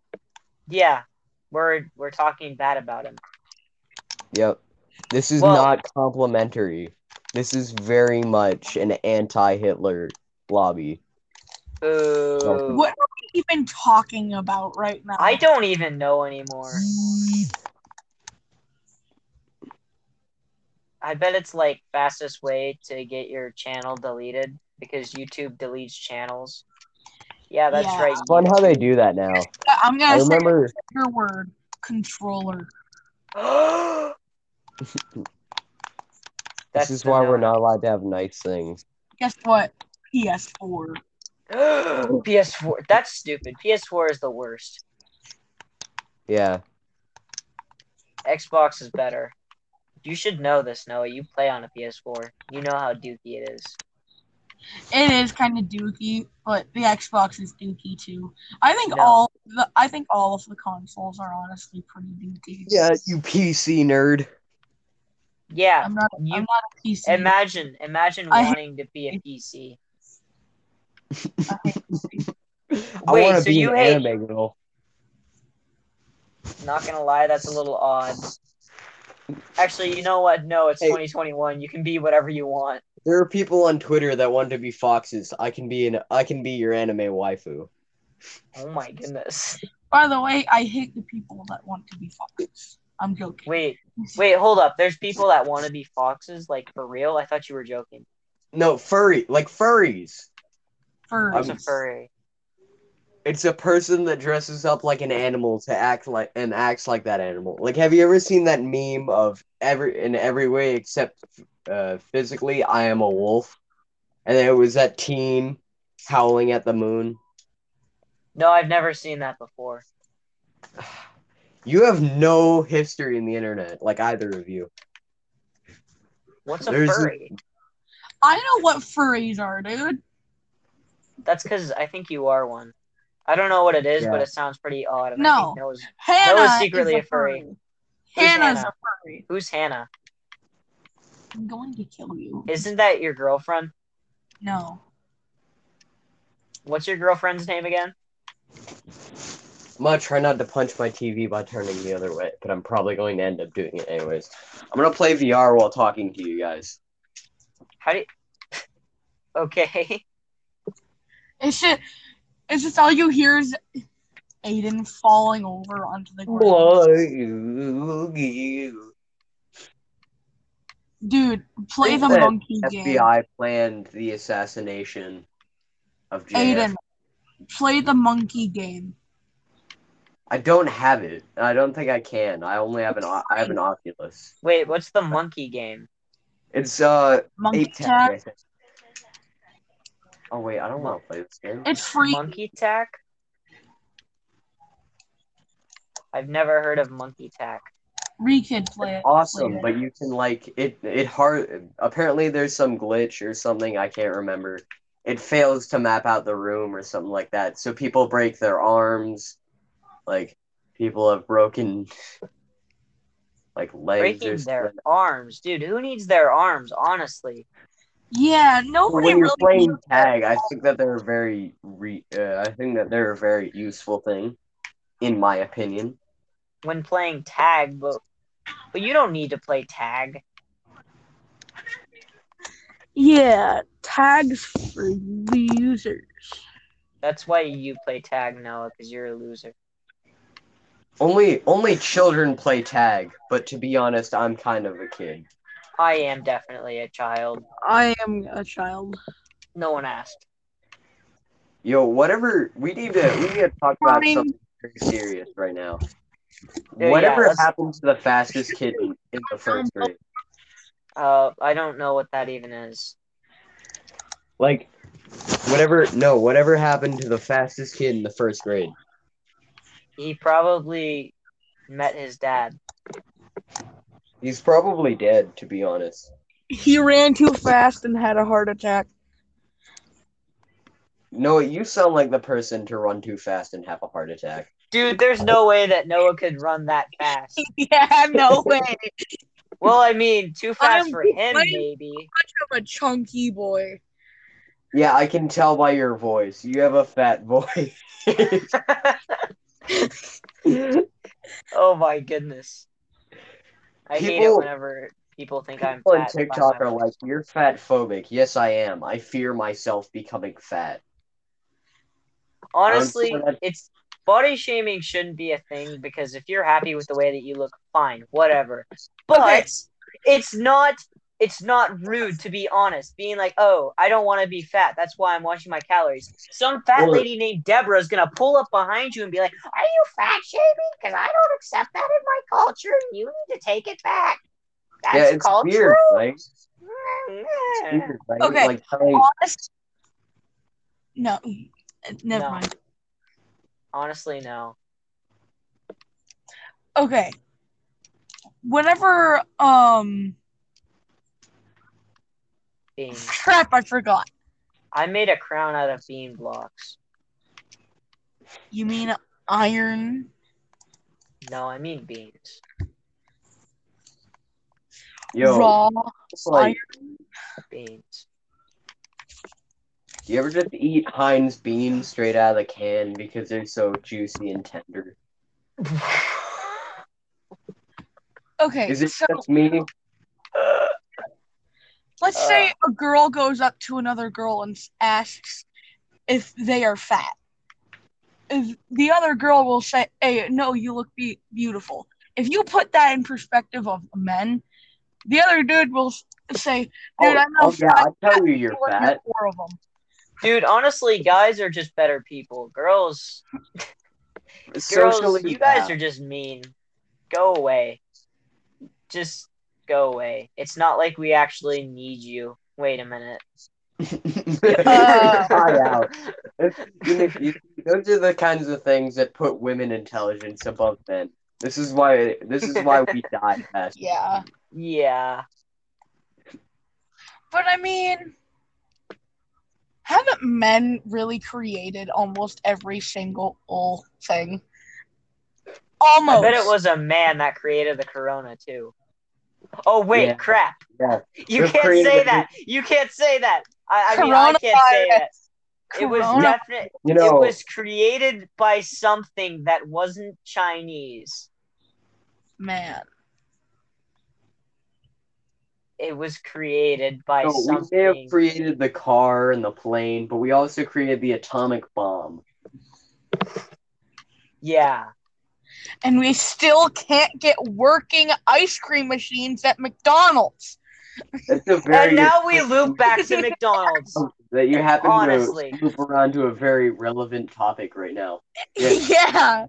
[SPEAKER 1] Yeah, we're we're talking bad about him.
[SPEAKER 2] Yep. This is
[SPEAKER 1] Well-
[SPEAKER 2] not complimentary. This is very much an anti-Hitler lobby.
[SPEAKER 1] Boo.
[SPEAKER 3] What are we even talking about right now?
[SPEAKER 1] I don't even know anymore. I bet it's like fastest way to get your channel deleted because YouTube deletes channels. Yeah, that's
[SPEAKER 3] Yeah.
[SPEAKER 1] right.
[SPEAKER 2] It's fun how they do that now.
[SPEAKER 3] I'm
[SPEAKER 2] I
[SPEAKER 3] gonna say
[SPEAKER 2] remember
[SPEAKER 3] your word, controller.
[SPEAKER 1] YouTube. That's
[SPEAKER 2] this is
[SPEAKER 1] the
[SPEAKER 2] why we're
[SPEAKER 1] note.
[SPEAKER 2] not allowed to have nice things.
[SPEAKER 3] Guess what? PS4.
[SPEAKER 1] PS4. That's stupid. PS4 is the worst.
[SPEAKER 2] Yeah.
[SPEAKER 1] Xbox is better. You should know this, Noah. You play on a PS4. You know how dookie it is.
[SPEAKER 3] It is kind of dookie, but the Xbox is dookie too. I think
[SPEAKER 1] No.
[SPEAKER 3] all the I think all of the consoles are honestly pretty dookie.
[SPEAKER 2] Yeah, you PC nerd.
[SPEAKER 1] Yeah.
[SPEAKER 3] I'm not.
[SPEAKER 1] You-
[SPEAKER 3] I'm not a PC.
[SPEAKER 1] Imagine, imagine
[SPEAKER 3] I hate-
[SPEAKER 1] wanting to be a PC.
[SPEAKER 3] I hate PC.
[SPEAKER 2] I
[SPEAKER 1] Wait,
[SPEAKER 2] want to
[SPEAKER 1] so
[SPEAKER 2] be
[SPEAKER 1] you
[SPEAKER 2] an
[SPEAKER 1] hate-
[SPEAKER 2] anime girl.
[SPEAKER 1] Not gonna lie, that's a little odd. Actually, you know what? No, it's
[SPEAKER 2] Hey.
[SPEAKER 1] 2021. You can be whatever you want.
[SPEAKER 2] There are people on Twitter that want to be foxes. I can be an I can be your anime waifu.
[SPEAKER 1] Oh my goodness.
[SPEAKER 3] By the way, I hate the people that want to be foxes. I'm joking.
[SPEAKER 1] Wait, wait, hold up. There's people that want to be foxes, like for real. I thought you were joking.
[SPEAKER 2] No, furry, like furries.
[SPEAKER 3] Furries.
[SPEAKER 1] What's a
[SPEAKER 2] I'm-
[SPEAKER 1] furry?
[SPEAKER 2] It's a person that dresses up like an animal to act like and acts like that animal. Like, have you ever seen that meme of every in every way except uh, physically, I am a wolf, and it was that teen howling at the moon.
[SPEAKER 1] No, I've never seen that before.
[SPEAKER 2] You have no history in the internet, like either of you.
[SPEAKER 1] What's a
[SPEAKER 2] There's a-
[SPEAKER 1] furry?
[SPEAKER 3] I know what furries are, dude.
[SPEAKER 1] That's because I think you are one. I don't know what it is,
[SPEAKER 2] Yeah.
[SPEAKER 1] but it sounds pretty odd. And I
[SPEAKER 3] No.
[SPEAKER 1] think Noah's-
[SPEAKER 3] Hannah
[SPEAKER 1] Noah's secretly
[SPEAKER 3] is
[SPEAKER 1] a furry. Who's
[SPEAKER 3] Hannah's
[SPEAKER 1] Hannah?
[SPEAKER 3] a furry.
[SPEAKER 1] Who's Hannah?
[SPEAKER 3] I'm going to kill you.
[SPEAKER 1] Isn't that your girlfriend?
[SPEAKER 3] no.
[SPEAKER 1] What's your girlfriend's name again?
[SPEAKER 2] I'm gonna try not to punch my TV by turning the other way, but I'm probably going to end up doing it anyways. I'm gonna play VR while talking to you guys.
[SPEAKER 1] How do you... Okay.
[SPEAKER 3] It's just, it's just all you hear is Aiden falling over onto the ground. Dude, play the
[SPEAKER 2] Think that
[SPEAKER 3] monkey game.
[SPEAKER 2] FBI planned the assassination of JFK.
[SPEAKER 3] Aiden, play the monkey game.
[SPEAKER 2] I don't have it. I don't think I can. I only have an O- I have an Oculus.
[SPEAKER 1] Wait, what's the monkey game?
[SPEAKER 2] It's uh
[SPEAKER 3] Monkey
[SPEAKER 2] eight tag. I
[SPEAKER 3] tag.
[SPEAKER 2] think. Oh wait, I don't want to play this game.
[SPEAKER 3] It's free.
[SPEAKER 1] Monkey tack? I've never heard of monkey tack.
[SPEAKER 3] Rekid play it.
[SPEAKER 2] Awesome,
[SPEAKER 3] Play it.
[SPEAKER 2] but you can like it. It hard. Apparently, there's some glitch or something. I can't remember. It fails to map out the room or something like that. So people break their arms. Like people have broken like legs or
[SPEAKER 1] Breaking
[SPEAKER 2] something.
[SPEAKER 1] their arms, dude. Who needs their arms? Honestly,
[SPEAKER 3] Yeah,
[SPEAKER 2] Well,
[SPEAKER 3] nobody
[SPEAKER 2] when you're
[SPEAKER 3] really.
[SPEAKER 2] playing tag, I think that they're a very re- uh, I think that they're a very useful thing, in my opinion.
[SPEAKER 1] when playing tag, but but you don't need to play tag.
[SPEAKER 3] Yeah, tags for the users.
[SPEAKER 1] That's why you play tag, Noah, because you're a loser.
[SPEAKER 2] Only only children play tag, but to be honest, I'm kind of a kid.
[SPEAKER 1] I am definitely a child.
[SPEAKER 3] I am a child.
[SPEAKER 1] No one asked.
[SPEAKER 2] Yo, whatever. We need to we need to talk about
[SPEAKER 3] Fine.
[SPEAKER 2] something very serious right now.
[SPEAKER 1] Yeah,
[SPEAKER 2] whatever
[SPEAKER 1] yeah, let's-
[SPEAKER 2] happened to the fastest kid in, in the first grade?
[SPEAKER 1] Uh, I don't know what that even is.
[SPEAKER 2] Like, whatever. No, whatever happened to the fastest kid in the first grade?
[SPEAKER 1] He probably met his dad.
[SPEAKER 2] He's probably dead, to be honest.
[SPEAKER 3] He ran too fast and had a heart attack.
[SPEAKER 2] No, you sound like the person to run too fast and have a heart attack.
[SPEAKER 1] Dude, there's no way that Noah could run that fast.
[SPEAKER 3] Yeah, no way. Much
[SPEAKER 1] Well, I mean, too fast
[SPEAKER 3] I'm
[SPEAKER 1] for him,
[SPEAKER 3] playing-
[SPEAKER 1] maybe.
[SPEAKER 3] of a chunky boy.
[SPEAKER 2] Yeah, I can tell by your voice. You have a fat voice.
[SPEAKER 1] Oh my goodness. I hate it
[SPEAKER 2] People-
[SPEAKER 1] whenever people think I'm
[SPEAKER 2] People on
[SPEAKER 1] fat. by
[SPEAKER 2] TikTok
[SPEAKER 1] my
[SPEAKER 2] are
[SPEAKER 1] voice.
[SPEAKER 2] like, "You're fat phobic." Yes, I am. I fear myself becoming fat.
[SPEAKER 1] Honestly,
[SPEAKER 2] I'm-
[SPEAKER 1] it's body shaming shouldn't be a thing because if you're happy with the way that you look, fine, whatever. But
[SPEAKER 3] Okay.
[SPEAKER 1] it's not it's not rude to be honest. Being like, oh, I don't want to be fat. That's why I'm watching my calories. Some fat
[SPEAKER 2] Or-
[SPEAKER 1] lady named Deborah is gonna pull up behind you and be like, "Are you fat shaming? Because I don't accept that in my culture, and you need to take it back." That's
[SPEAKER 2] yeah, it's
[SPEAKER 1] cultural.
[SPEAKER 2] weird, right? It's weird, right?
[SPEAKER 3] Okay.
[SPEAKER 2] Like, telling-
[SPEAKER 3] Honest- No, never
[SPEAKER 1] No.
[SPEAKER 3] mind.
[SPEAKER 1] Honestly, no.
[SPEAKER 3] Okay. Whenever um
[SPEAKER 1] Bean.
[SPEAKER 3] crap, I forgot.
[SPEAKER 1] I made a crown out of bean blocks.
[SPEAKER 3] You mean iron?
[SPEAKER 1] No, I mean beans.
[SPEAKER 2] yo,
[SPEAKER 3] raw?
[SPEAKER 2] it's like,
[SPEAKER 1] Beans.
[SPEAKER 2] you ever just eat Heinz beans straight out of the can because they're so juicy and tender?
[SPEAKER 3] Okay.
[SPEAKER 2] Is it
[SPEAKER 3] so
[SPEAKER 2] just me?
[SPEAKER 3] let's say a girl goes up to another girl and s- asks if they are fat. If the other girl will say, "Hey, no, you look be- beautiful." If you put that in perspective of men, the other dude will s- say,
[SPEAKER 2] oh,
[SPEAKER 3] "Dude, I'm
[SPEAKER 2] oh,
[SPEAKER 3] not
[SPEAKER 2] yeah, I tell you,
[SPEAKER 3] fat."
[SPEAKER 2] you're
[SPEAKER 3] Or
[SPEAKER 2] fat.
[SPEAKER 3] Four of them.
[SPEAKER 1] Dude, honestly, guys are just better people. Girls, girls,
[SPEAKER 2] Socially,
[SPEAKER 1] you guys
[SPEAKER 2] bad.
[SPEAKER 1] are just mean. Go away. Just go away. It's not like we actually need you. Wait a minute.
[SPEAKER 3] Uh.
[SPEAKER 2] Cry out. You know, you- those are the kinds of things that put women intelligence above men. This is why. This is why we die fast.
[SPEAKER 3] Yeah,
[SPEAKER 1] Yeah.
[SPEAKER 3] but I mean, haven't men really created almost every single old thing? Almost.
[SPEAKER 1] I bet it was a man that created the corona too. Oh wait,
[SPEAKER 2] Yeah.
[SPEAKER 1] crap.
[SPEAKER 2] Yeah.
[SPEAKER 1] You
[SPEAKER 2] Who
[SPEAKER 1] can't
[SPEAKER 2] created
[SPEAKER 1] say
[SPEAKER 2] the-
[SPEAKER 1] that. You can't say that. I, I mean, I can't say that. It was
[SPEAKER 3] Corona.
[SPEAKER 1] definite.
[SPEAKER 2] You know.
[SPEAKER 1] It was created by something that wasn't Chinese.
[SPEAKER 3] man.
[SPEAKER 1] It was created by
[SPEAKER 2] so we may have
[SPEAKER 1] something.
[SPEAKER 2] created the car and the plane, but we also created the atomic bomb.
[SPEAKER 1] yeah.
[SPEAKER 3] and we still can't get working ice cream machines at McDonald's.
[SPEAKER 2] That's a very
[SPEAKER 1] And now we loop back to McDonald's.
[SPEAKER 2] that you happen
[SPEAKER 1] Honestly.
[SPEAKER 2] to loop around to a very relevant topic right now.
[SPEAKER 3] Yeah.
[SPEAKER 2] Yeah.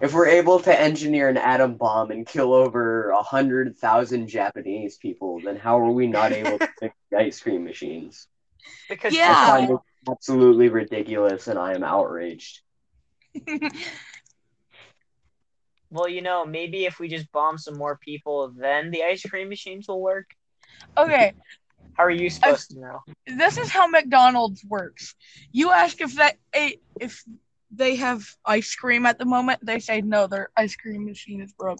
[SPEAKER 2] If we're able to engineer an atom bomb and kill over a hundred thousand Japanese people, then how are we not able to fix the ice cream machines?
[SPEAKER 1] Because
[SPEAKER 3] Yeah.
[SPEAKER 2] I find it absolutely ridiculous, and I am outraged.
[SPEAKER 1] well, you know, maybe if we just bomb some more people, then the ice cream machines will work.
[SPEAKER 3] Okay.
[SPEAKER 1] How are you supposed to know?
[SPEAKER 3] This is how McDonald's works. You ask if that eh, if they have ice cream at the moment, they say no, their ice cream machine is broke.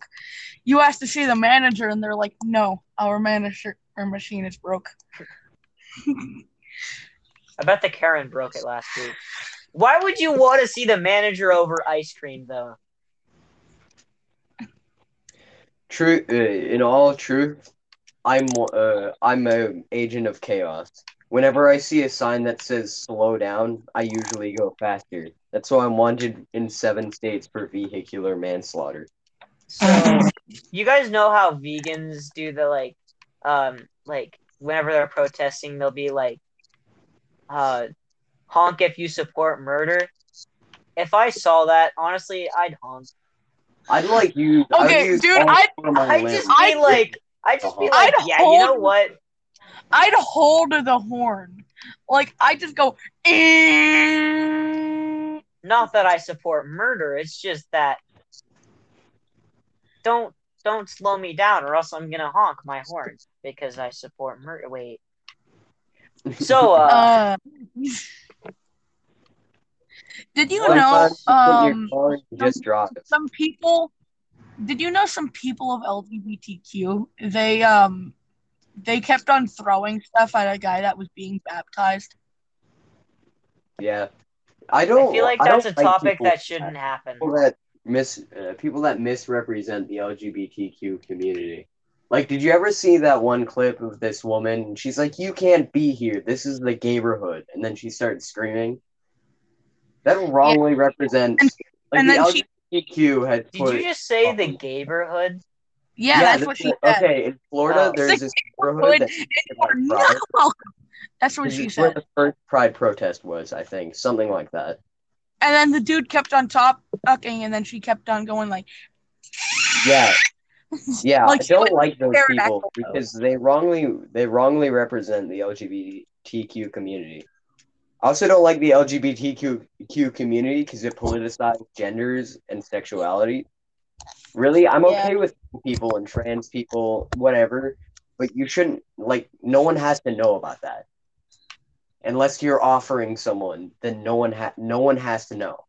[SPEAKER 3] You ask to see the manager and they're like, "No, our manager our machine is broke."
[SPEAKER 1] I bet the Karen broke it last week. Why would you want to see the manager over ice cream, though?
[SPEAKER 2] True, uh, in all truth, I'm uh, I'm an agent of chaos. Whenever I see a sign that says "slow down," I usually go faster. That's why I'm wanted in seven states for vehicular manslaughter.
[SPEAKER 1] So you guys know how vegans do the like um like whenever they're protesting they'll be like uh honk if you support murder. If I saw that, honestly, I'd honk.
[SPEAKER 2] I'd like you. I'd
[SPEAKER 3] Okay,
[SPEAKER 2] use
[SPEAKER 3] dude,
[SPEAKER 2] all
[SPEAKER 3] I-
[SPEAKER 2] four of my
[SPEAKER 1] I'd
[SPEAKER 2] limbs.
[SPEAKER 1] just be
[SPEAKER 3] I'd-
[SPEAKER 1] like I'd just be like,
[SPEAKER 3] I'd
[SPEAKER 1] Yeah, you know
[SPEAKER 3] hold-
[SPEAKER 1] what?
[SPEAKER 3] I'd hold the horn. Like I just go "Eh."
[SPEAKER 1] Not that I support murder, it's just that don't don't slow me down or else I'm gonna honk my horn because I support murder wait. So uh,
[SPEAKER 3] Uh, did you know
[SPEAKER 2] Sometimes you uh, put your
[SPEAKER 3] um,
[SPEAKER 2] car and you just drive.
[SPEAKER 3] some people? Did you know some people of LGBTQ? They um, they kept on throwing stuff at a guy that was being baptized.
[SPEAKER 2] Yeah, I don't.
[SPEAKER 1] I feel like
[SPEAKER 2] I don't
[SPEAKER 1] that's a
[SPEAKER 2] like
[SPEAKER 1] topic
[SPEAKER 2] people-
[SPEAKER 1] that shouldn't happen.
[SPEAKER 2] people that mis uh, people that misrepresent the LGBTQ community. Like, did you ever see that one clip of this woman? And she's like, "You can't be here. This is the neighborhood," and then she starts screaming. That wrongly represents like
[SPEAKER 3] and
[SPEAKER 2] the
[SPEAKER 3] then she-
[SPEAKER 2] LGBTQ had
[SPEAKER 1] Did
[SPEAKER 2] put.
[SPEAKER 1] you just say the
[SPEAKER 2] um,
[SPEAKER 1] neighborhood?
[SPEAKER 3] Yeah, that's
[SPEAKER 2] this-
[SPEAKER 3] what she said.
[SPEAKER 2] Okay, in Florida,
[SPEAKER 1] Oh.
[SPEAKER 2] there's
[SPEAKER 3] Sick
[SPEAKER 2] this neighborhood that
[SPEAKER 3] You are not welcome. That's what
[SPEAKER 2] this
[SPEAKER 3] she
[SPEAKER 2] is where
[SPEAKER 3] said.
[SPEAKER 2] the first Pride protest was, I think, something like that.
[SPEAKER 3] And then the dude kept on top talking, and then she kept on going like,
[SPEAKER 2] Yeah. Yeah,
[SPEAKER 3] Like,
[SPEAKER 2] I don't like those
[SPEAKER 3] pterodactyl.
[SPEAKER 2] people because they wrongly they wrongly represent the LGBTQ community. I also don't like the LGBTQ community because it politicizes genders and sexuality. Really, I'm
[SPEAKER 3] Yeah.
[SPEAKER 2] okay with people and trans people, whatever, but you shouldn't like no one has to know about that. Unless you're offering someone, then no one ha- no one has to know.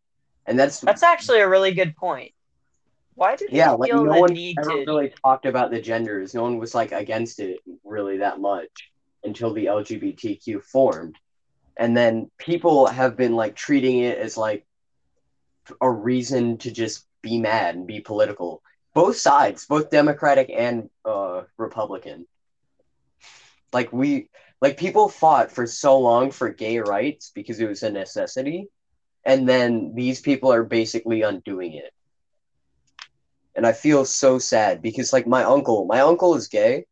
[SPEAKER 2] And that's
[SPEAKER 1] That's actually a really good point. Why did
[SPEAKER 2] yeah,
[SPEAKER 1] we
[SPEAKER 2] like
[SPEAKER 1] feel
[SPEAKER 2] no
[SPEAKER 1] the
[SPEAKER 2] one
[SPEAKER 1] need
[SPEAKER 2] ever
[SPEAKER 1] to?
[SPEAKER 2] really talked about the genders. No one was like against it really that much until the LGBTQ formed, and then people have been like treating it as like a reason to just be mad and be political. Both sides, both Democratic and uh, Republican. Like we, like people fought for so long for gay rights because it was a necessity, and then these people are basically undoing it and I feel so sad because like my uncle, my uncle is gay,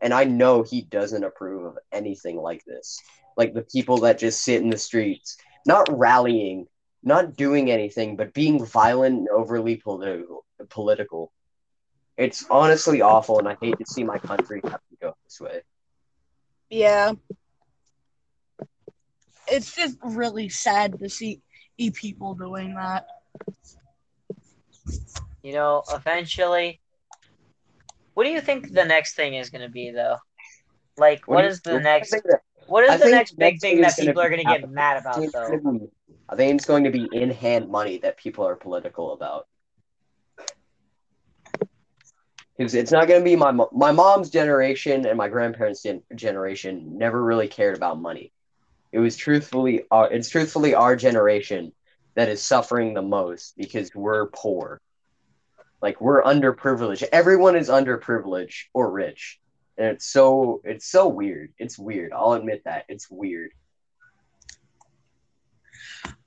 [SPEAKER 2] and I know he doesn't approve of anything like this. Like the people that just sit in the streets, not rallying, not doing anything, but being violent and overly political. Political. It's honestly awful, and I hate to see my country have to go this way.
[SPEAKER 3] Yeah. It's just really sad to see e people doing that.
[SPEAKER 1] You know, eventually. What do you think the next thing is going to be, though? Like,
[SPEAKER 2] What
[SPEAKER 1] what
[SPEAKER 2] do you-
[SPEAKER 1] is the
[SPEAKER 2] what do you
[SPEAKER 1] next?
[SPEAKER 2] think that-
[SPEAKER 1] What
[SPEAKER 2] I
[SPEAKER 1] is the
[SPEAKER 2] think
[SPEAKER 1] next big
[SPEAKER 2] next
[SPEAKER 1] thing
[SPEAKER 2] thing
[SPEAKER 1] that
[SPEAKER 2] is gonna
[SPEAKER 1] people are
[SPEAKER 2] be
[SPEAKER 1] going to get
[SPEAKER 2] Apple.
[SPEAKER 1] mad about, though?
[SPEAKER 2] I think it's going to be in hand money that people are political about. Because it's not going to be my mo- my mom's generation and my grandparents' gen- generation never really cared about money. It was truthfully our it's truthfully our generation that is suffering the most because we're poor. Like we're underprivileged. Everyone is underprivileged or rich. And it's so it's so weird. It's weird. I'll admit that. It's weird.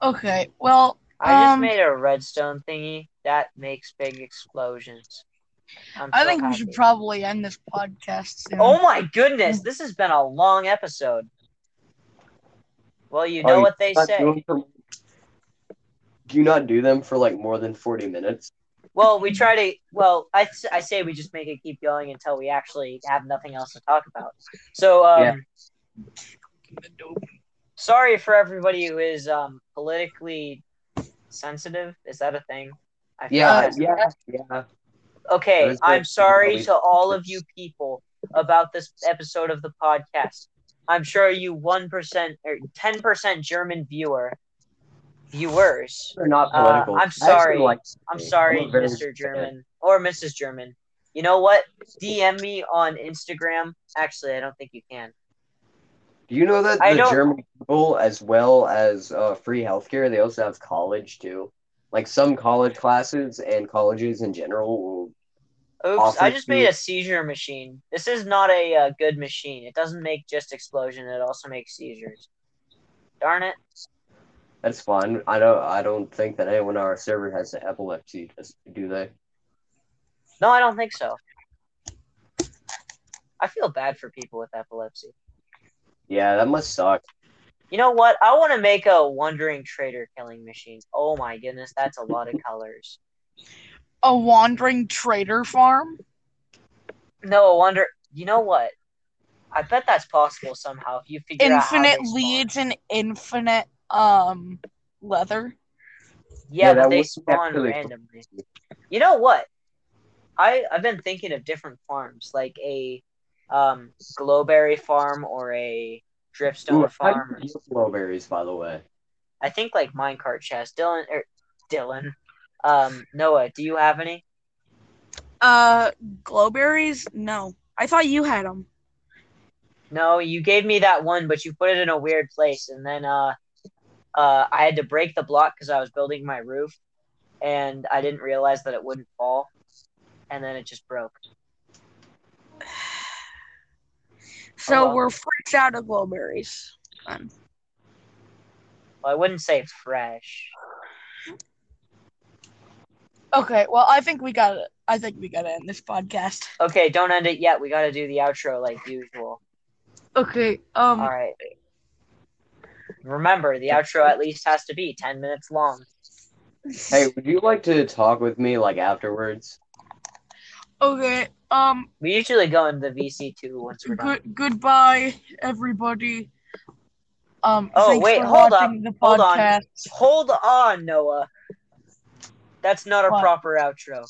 [SPEAKER 3] Okay, well,
[SPEAKER 1] I just
[SPEAKER 3] Um,
[SPEAKER 1] made a redstone thingy that makes big explosions. I'm
[SPEAKER 3] I
[SPEAKER 1] so
[SPEAKER 3] think we
[SPEAKER 1] happy.
[SPEAKER 3] should probably end this podcast soon.
[SPEAKER 1] Oh my goodness, this has been a long episode. Well, you know
[SPEAKER 2] Are you
[SPEAKER 1] what they
[SPEAKER 2] Not
[SPEAKER 1] say.
[SPEAKER 2] doing for- do you not do them for like more than 40 minutes?
[SPEAKER 1] Well, we try to. Well, I, s- I say we just make it keep going until we actually have nothing else to talk about. So, um,
[SPEAKER 2] Yeah.
[SPEAKER 1] sorry for everybody who is um, politically sensitive. Is that a thing? I feel
[SPEAKER 2] Yeah,
[SPEAKER 1] like-
[SPEAKER 2] yeah, yeah.
[SPEAKER 1] Okay,
[SPEAKER 2] That's
[SPEAKER 1] I'm
[SPEAKER 2] good.
[SPEAKER 1] sorry to all of you people about this episode of the podcast. I'm sure you 1% or 10% German viewer viewers.
[SPEAKER 2] They're not
[SPEAKER 1] Uh,
[SPEAKER 2] political.
[SPEAKER 1] I'm
[SPEAKER 2] I actually
[SPEAKER 1] sorry.
[SPEAKER 2] like-
[SPEAKER 1] I'm sorry,
[SPEAKER 2] I'm a very-
[SPEAKER 1] Mr. German or Mrs. German. You know what? DM me on Instagram. Actually, I don't think you can.
[SPEAKER 2] Do you know that
[SPEAKER 1] I
[SPEAKER 2] the
[SPEAKER 1] don't-
[SPEAKER 2] German people, as well as uh, free healthcare, they also have college too? Like some college classes and colleges in general will.
[SPEAKER 1] Oops, I
[SPEAKER 2] Offer
[SPEAKER 1] just
[SPEAKER 2] to-
[SPEAKER 1] made a seizure machine. This is not a uh, good machine. It doesn't make just explosion, it also makes seizures. Darn it.
[SPEAKER 2] That's fine. I don't. I don't think that anyone on our server has epilepsy. does- Do they?
[SPEAKER 1] No, I don't think so. I feel bad for people with epilepsy.
[SPEAKER 2] Yeah, that must suck.
[SPEAKER 1] You know what? I want to make a wandering trader killing machine. Oh my goodness, that's a lot of colors.
[SPEAKER 3] A wandering trader farm?
[SPEAKER 1] No, a wonder. You know what? I bet that's possible somehow if you figure out how
[SPEAKER 3] Infinite
[SPEAKER 1] they spawn.
[SPEAKER 3] leads and infinite um leather.
[SPEAKER 1] Yeah,
[SPEAKER 2] Yeah,
[SPEAKER 1] but
[SPEAKER 2] that
[SPEAKER 1] they
[SPEAKER 2] would- that's
[SPEAKER 1] spawn
[SPEAKER 2] really cool.
[SPEAKER 1] randomly. You know what? I I've been thinking of different farms, like a um glowberry farm or a dripstone
[SPEAKER 2] Ooh, how do
[SPEAKER 1] farm. or
[SPEAKER 2] you eat Blowberries, by the way.
[SPEAKER 1] I think like minecart chests. Dylan or Dylan, um, Noah, do you have any?
[SPEAKER 3] Uh, glowberries? No, I thought you had them.
[SPEAKER 1] No, you gave me that one, but you put it in a weird place, and then uh, uh, I had to break the block because I was building my roof, and I didn't realize that it wouldn't fall, and then it just broke.
[SPEAKER 3] So
[SPEAKER 1] well.
[SPEAKER 3] we're fresh out of glowberries. Um,
[SPEAKER 1] Well, I wouldn't say fresh.
[SPEAKER 3] Okay, well, I think we got to I think we got to end this podcast.
[SPEAKER 1] Okay, don't end it yet. We got to do the outro like usual.
[SPEAKER 3] Okay. Um.
[SPEAKER 1] All right. Remember, the outro at least has to be ten minutes long.
[SPEAKER 2] Hey, would you like to talk with me like afterwards?
[SPEAKER 3] Okay. Um.
[SPEAKER 1] We usually go into the VC two once we're done.
[SPEAKER 3] Good. Goodbye, everybody. Um.
[SPEAKER 1] Oh,
[SPEAKER 3] thanks
[SPEAKER 1] wait,
[SPEAKER 3] for
[SPEAKER 1] hold up,
[SPEAKER 3] watching The
[SPEAKER 1] hold on.
[SPEAKER 3] podcast.
[SPEAKER 1] Hold on, Noah. That's not a
[SPEAKER 3] What?
[SPEAKER 1] proper outro.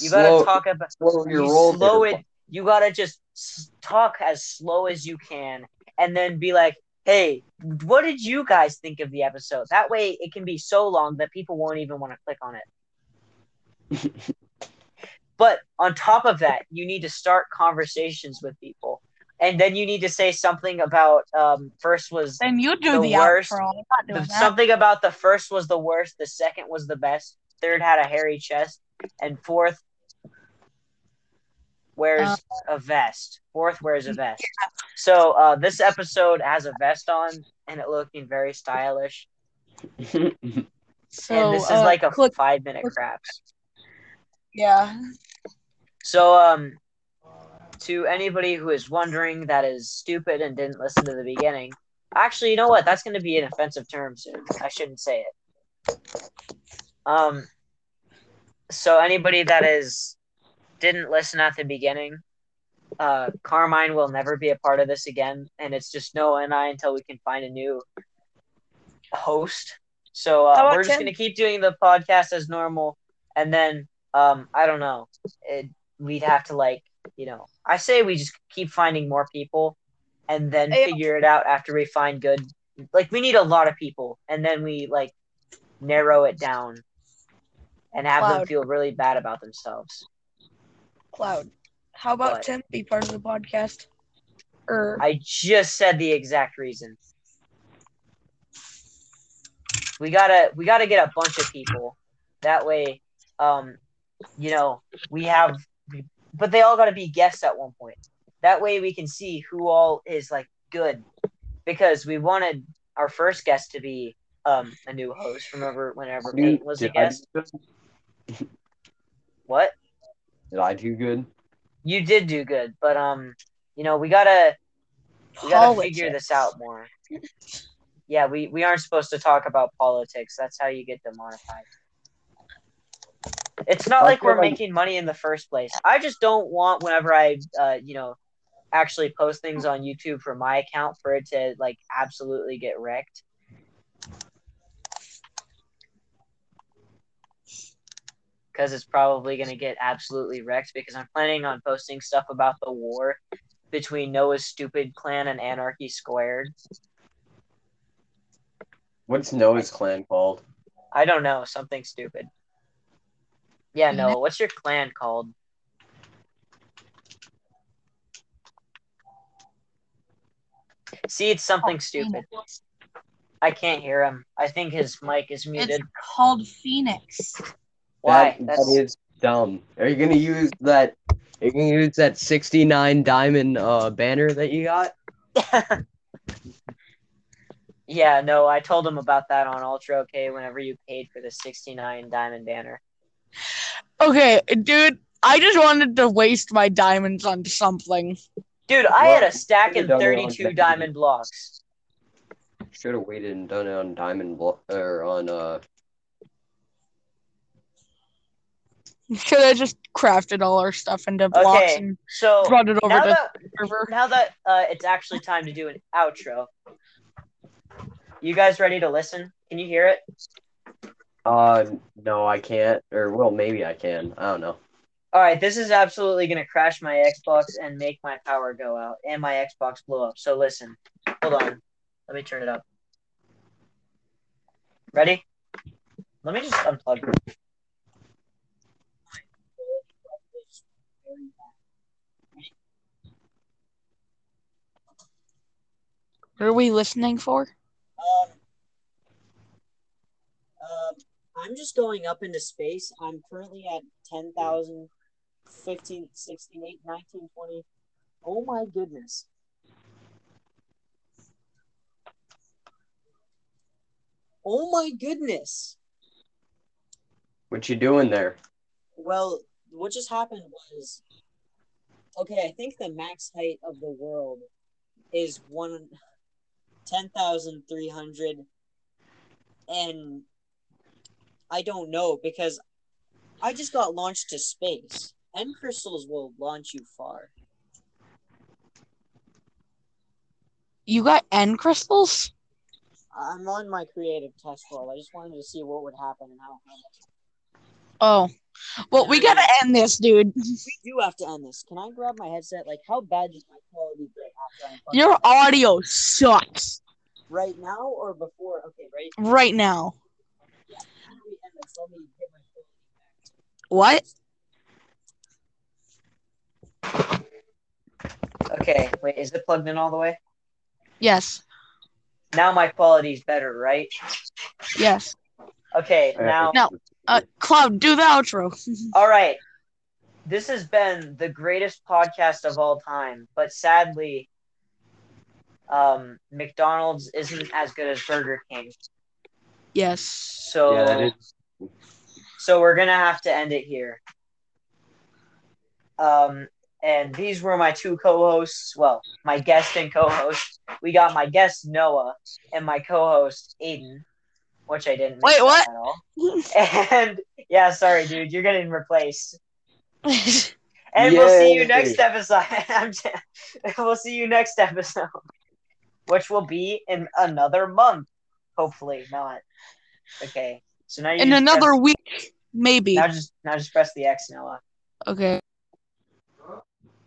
[SPEAKER 1] You
[SPEAKER 2] Slow-
[SPEAKER 1] gotta talk about.
[SPEAKER 2] slow your
[SPEAKER 1] you
[SPEAKER 2] roll.
[SPEAKER 1] slow
[SPEAKER 2] there.
[SPEAKER 1] it. You gotta just s- talk as slow as you can, and then be like, "Hey, what did you guys think of the episode?" That way, it can be so long that people won't even want to click on it. but on top of that, you need to start conversations with people, and then you need to say something about. Um, first was
[SPEAKER 3] And you
[SPEAKER 1] The
[SPEAKER 3] do the,
[SPEAKER 1] worst-
[SPEAKER 3] outro. I'm not doing
[SPEAKER 1] the,
[SPEAKER 3] that.
[SPEAKER 1] something about the first was the worst, the second was the best, third had a hairy chest, and fourth wears
[SPEAKER 3] Uh,
[SPEAKER 1] a vest. Fourth wears a vest. So uh, this episode has a vest on, and it looking very stylish.
[SPEAKER 3] so
[SPEAKER 1] and this is
[SPEAKER 3] uh,
[SPEAKER 1] like a
[SPEAKER 3] click.
[SPEAKER 1] five minute
[SPEAKER 3] click-
[SPEAKER 1] craps.
[SPEAKER 3] Yeah.
[SPEAKER 1] So um, to anybody who is wondering that is stupid and didn't listen to the beginning. Actually, you know what? That's going to be an offensive term soon. I shouldn't say it. Um. So anybody that is didn't listen at the beginning, uh, Carmine will never be a part of this again, and it's just Noah and I until we can find a new host. So
[SPEAKER 3] How
[SPEAKER 1] uh,
[SPEAKER 3] about
[SPEAKER 1] we're just
[SPEAKER 3] Ken?
[SPEAKER 1] going to keep doing the podcast as normal, and then um, I don't know. It, we'd have to like you know, I say we just keep finding more people and then
[SPEAKER 3] Yeah.
[SPEAKER 1] figure it out after we find good. Like, we need a lot of people and then we like narrow it down and have them
[SPEAKER 3] Cloud.
[SPEAKER 1] feel really bad about themselves.
[SPEAKER 3] Cloud. How about
[SPEAKER 1] What?
[SPEAKER 3] Tim be part of the podcast? Er, Or
[SPEAKER 1] I just said the exact reason. We gotta we gotta get a bunch of people. That way, um, you know, we have but they all gotta be guests at one point. That way we can see who all is like good. Because we wanted our first guest to be um a new host. Remember whenever Peyton was a
[SPEAKER 2] Dude, I
[SPEAKER 1] guest?
[SPEAKER 2] just-
[SPEAKER 1] What?
[SPEAKER 2] Did I do good?
[SPEAKER 1] You did do good, but um, you know, we gotta we gotta figure this out more. Yeah, we, we aren't supposed to talk about politics. That's how you get demonetized. It's not
[SPEAKER 2] I
[SPEAKER 1] like
[SPEAKER 2] feel
[SPEAKER 1] we're
[SPEAKER 2] like-
[SPEAKER 1] making money in the first place. I just don't want whenever I, uh, you know, actually post things on YouTube for my account for it to like absolutely get wrecked. Because it's probably going to get absolutely wrecked because I'm planning on posting stuff about the war between Noah's Stupid Clan and Anarchy Squared.
[SPEAKER 2] What's Noah's clan called?
[SPEAKER 1] I don't know, something stupid. Yeah, no. What's your clan called? See, it's something stupid.
[SPEAKER 3] Phoenix.
[SPEAKER 1] I can't hear him. I think his mic is
[SPEAKER 3] It's
[SPEAKER 1] muted.
[SPEAKER 3] called Phoenix.
[SPEAKER 1] Why?
[SPEAKER 2] That,
[SPEAKER 1] That's
[SPEAKER 2] that is dumb. Are you gonna use that? You can use that sixty-nine diamond uh banner that you got.
[SPEAKER 1] yeah, no. I told him about that on Ultra OK. Whenever you paid for the sixty-nine diamond banner,
[SPEAKER 3] Okay, dude, I just wanted to waste my diamonds on something.
[SPEAKER 1] dude, I had
[SPEAKER 2] Well,
[SPEAKER 1] a stack
[SPEAKER 2] could've
[SPEAKER 1] and
[SPEAKER 2] done it on
[SPEAKER 1] thirty-two
[SPEAKER 2] Benji.
[SPEAKER 1] diamond blocks.
[SPEAKER 2] Should have waited and done it on diamond blo- or on uh.
[SPEAKER 3] Should I just crafted all our stuff into blocks
[SPEAKER 1] Okay,
[SPEAKER 3] and
[SPEAKER 1] So
[SPEAKER 3] brought it over
[SPEAKER 1] now
[SPEAKER 3] to
[SPEAKER 1] that
[SPEAKER 3] the server?
[SPEAKER 1] now that uh, it's actually time to do an outro, you guys ready to listen? Can you hear it?
[SPEAKER 2] Uh no, I can't. Or well, maybe I can. I don't know.
[SPEAKER 1] All right, this is absolutely going to crash my Xbox and make my power go out and my Xbox blow up. So listen, hold on. Let me turn it up. Ready? Let me just unplug.
[SPEAKER 3] What are we listening for?
[SPEAKER 1] Um, um, I'm just going up into space. I'm currently at 10,000, 15, 68, 19, 20. Oh my goodness. Oh my goodness.
[SPEAKER 2] What you doing there?
[SPEAKER 1] Well, what just happened was okay, I think the max height of the world is one ten thousand three hundred and I don't know because I just got launched to space. N crystals will launch you far.
[SPEAKER 3] You got end crystals?
[SPEAKER 1] I'm on my creative test roll. I just wanted to see what would happen and how how much.
[SPEAKER 3] Oh. Well, we gotta end this, dude.
[SPEAKER 1] We do have to end this. Can I grab my headset? Like, how bad does my quality get after I'm
[SPEAKER 3] Your audio sucks
[SPEAKER 1] right now or before? Okay, right.
[SPEAKER 3] right now.
[SPEAKER 1] Let me end this. Let me get my phone.
[SPEAKER 3] What?
[SPEAKER 1] Okay, wait, is it plugged in all the way?
[SPEAKER 3] Yes.
[SPEAKER 1] Now my quality's better, right?
[SPEAKER 3] Yes.
[SPEAKER 1] Okay, now,
[SPEAKER 3] No. Uh, Cloud, do the outro.
[SPEAKER 1] all right. This has been the greatest podcast of all time, but sadly, um, McDonald's isn't as good as Burger King.
[SPEAKER 3] yes.
[SPEAKER 1] So,
[SPEAKER 2] Yeah, that is-
[SPEAKER 1] so we're gonna have to end it here. Um, and these were my two co-hosts. Well, my guest and co-host. We got my guest Noah and my co-host Aiden, which I didn't.
[SPEAKER 3] Wait,
[SPEAKER 1] mention
[SPEAKER 3] what?
[SPEAKER 1] At all. And yeah, sorry, dude, you're getting replaced. And we'll see you
[SPEAKER 2] Yay.
[SPEAKER 1] next episode. I'm j- we'll see you next episode, which will be in another month, hopefully not. Okay, so now you
[SPEAKER 3] In
[SPEAKER 1] just press-
[SPEAKER 3] another week, maybe.
[SPEAKER 1] now just now just press the X, Noah.
[SPEAKER 3] Okay.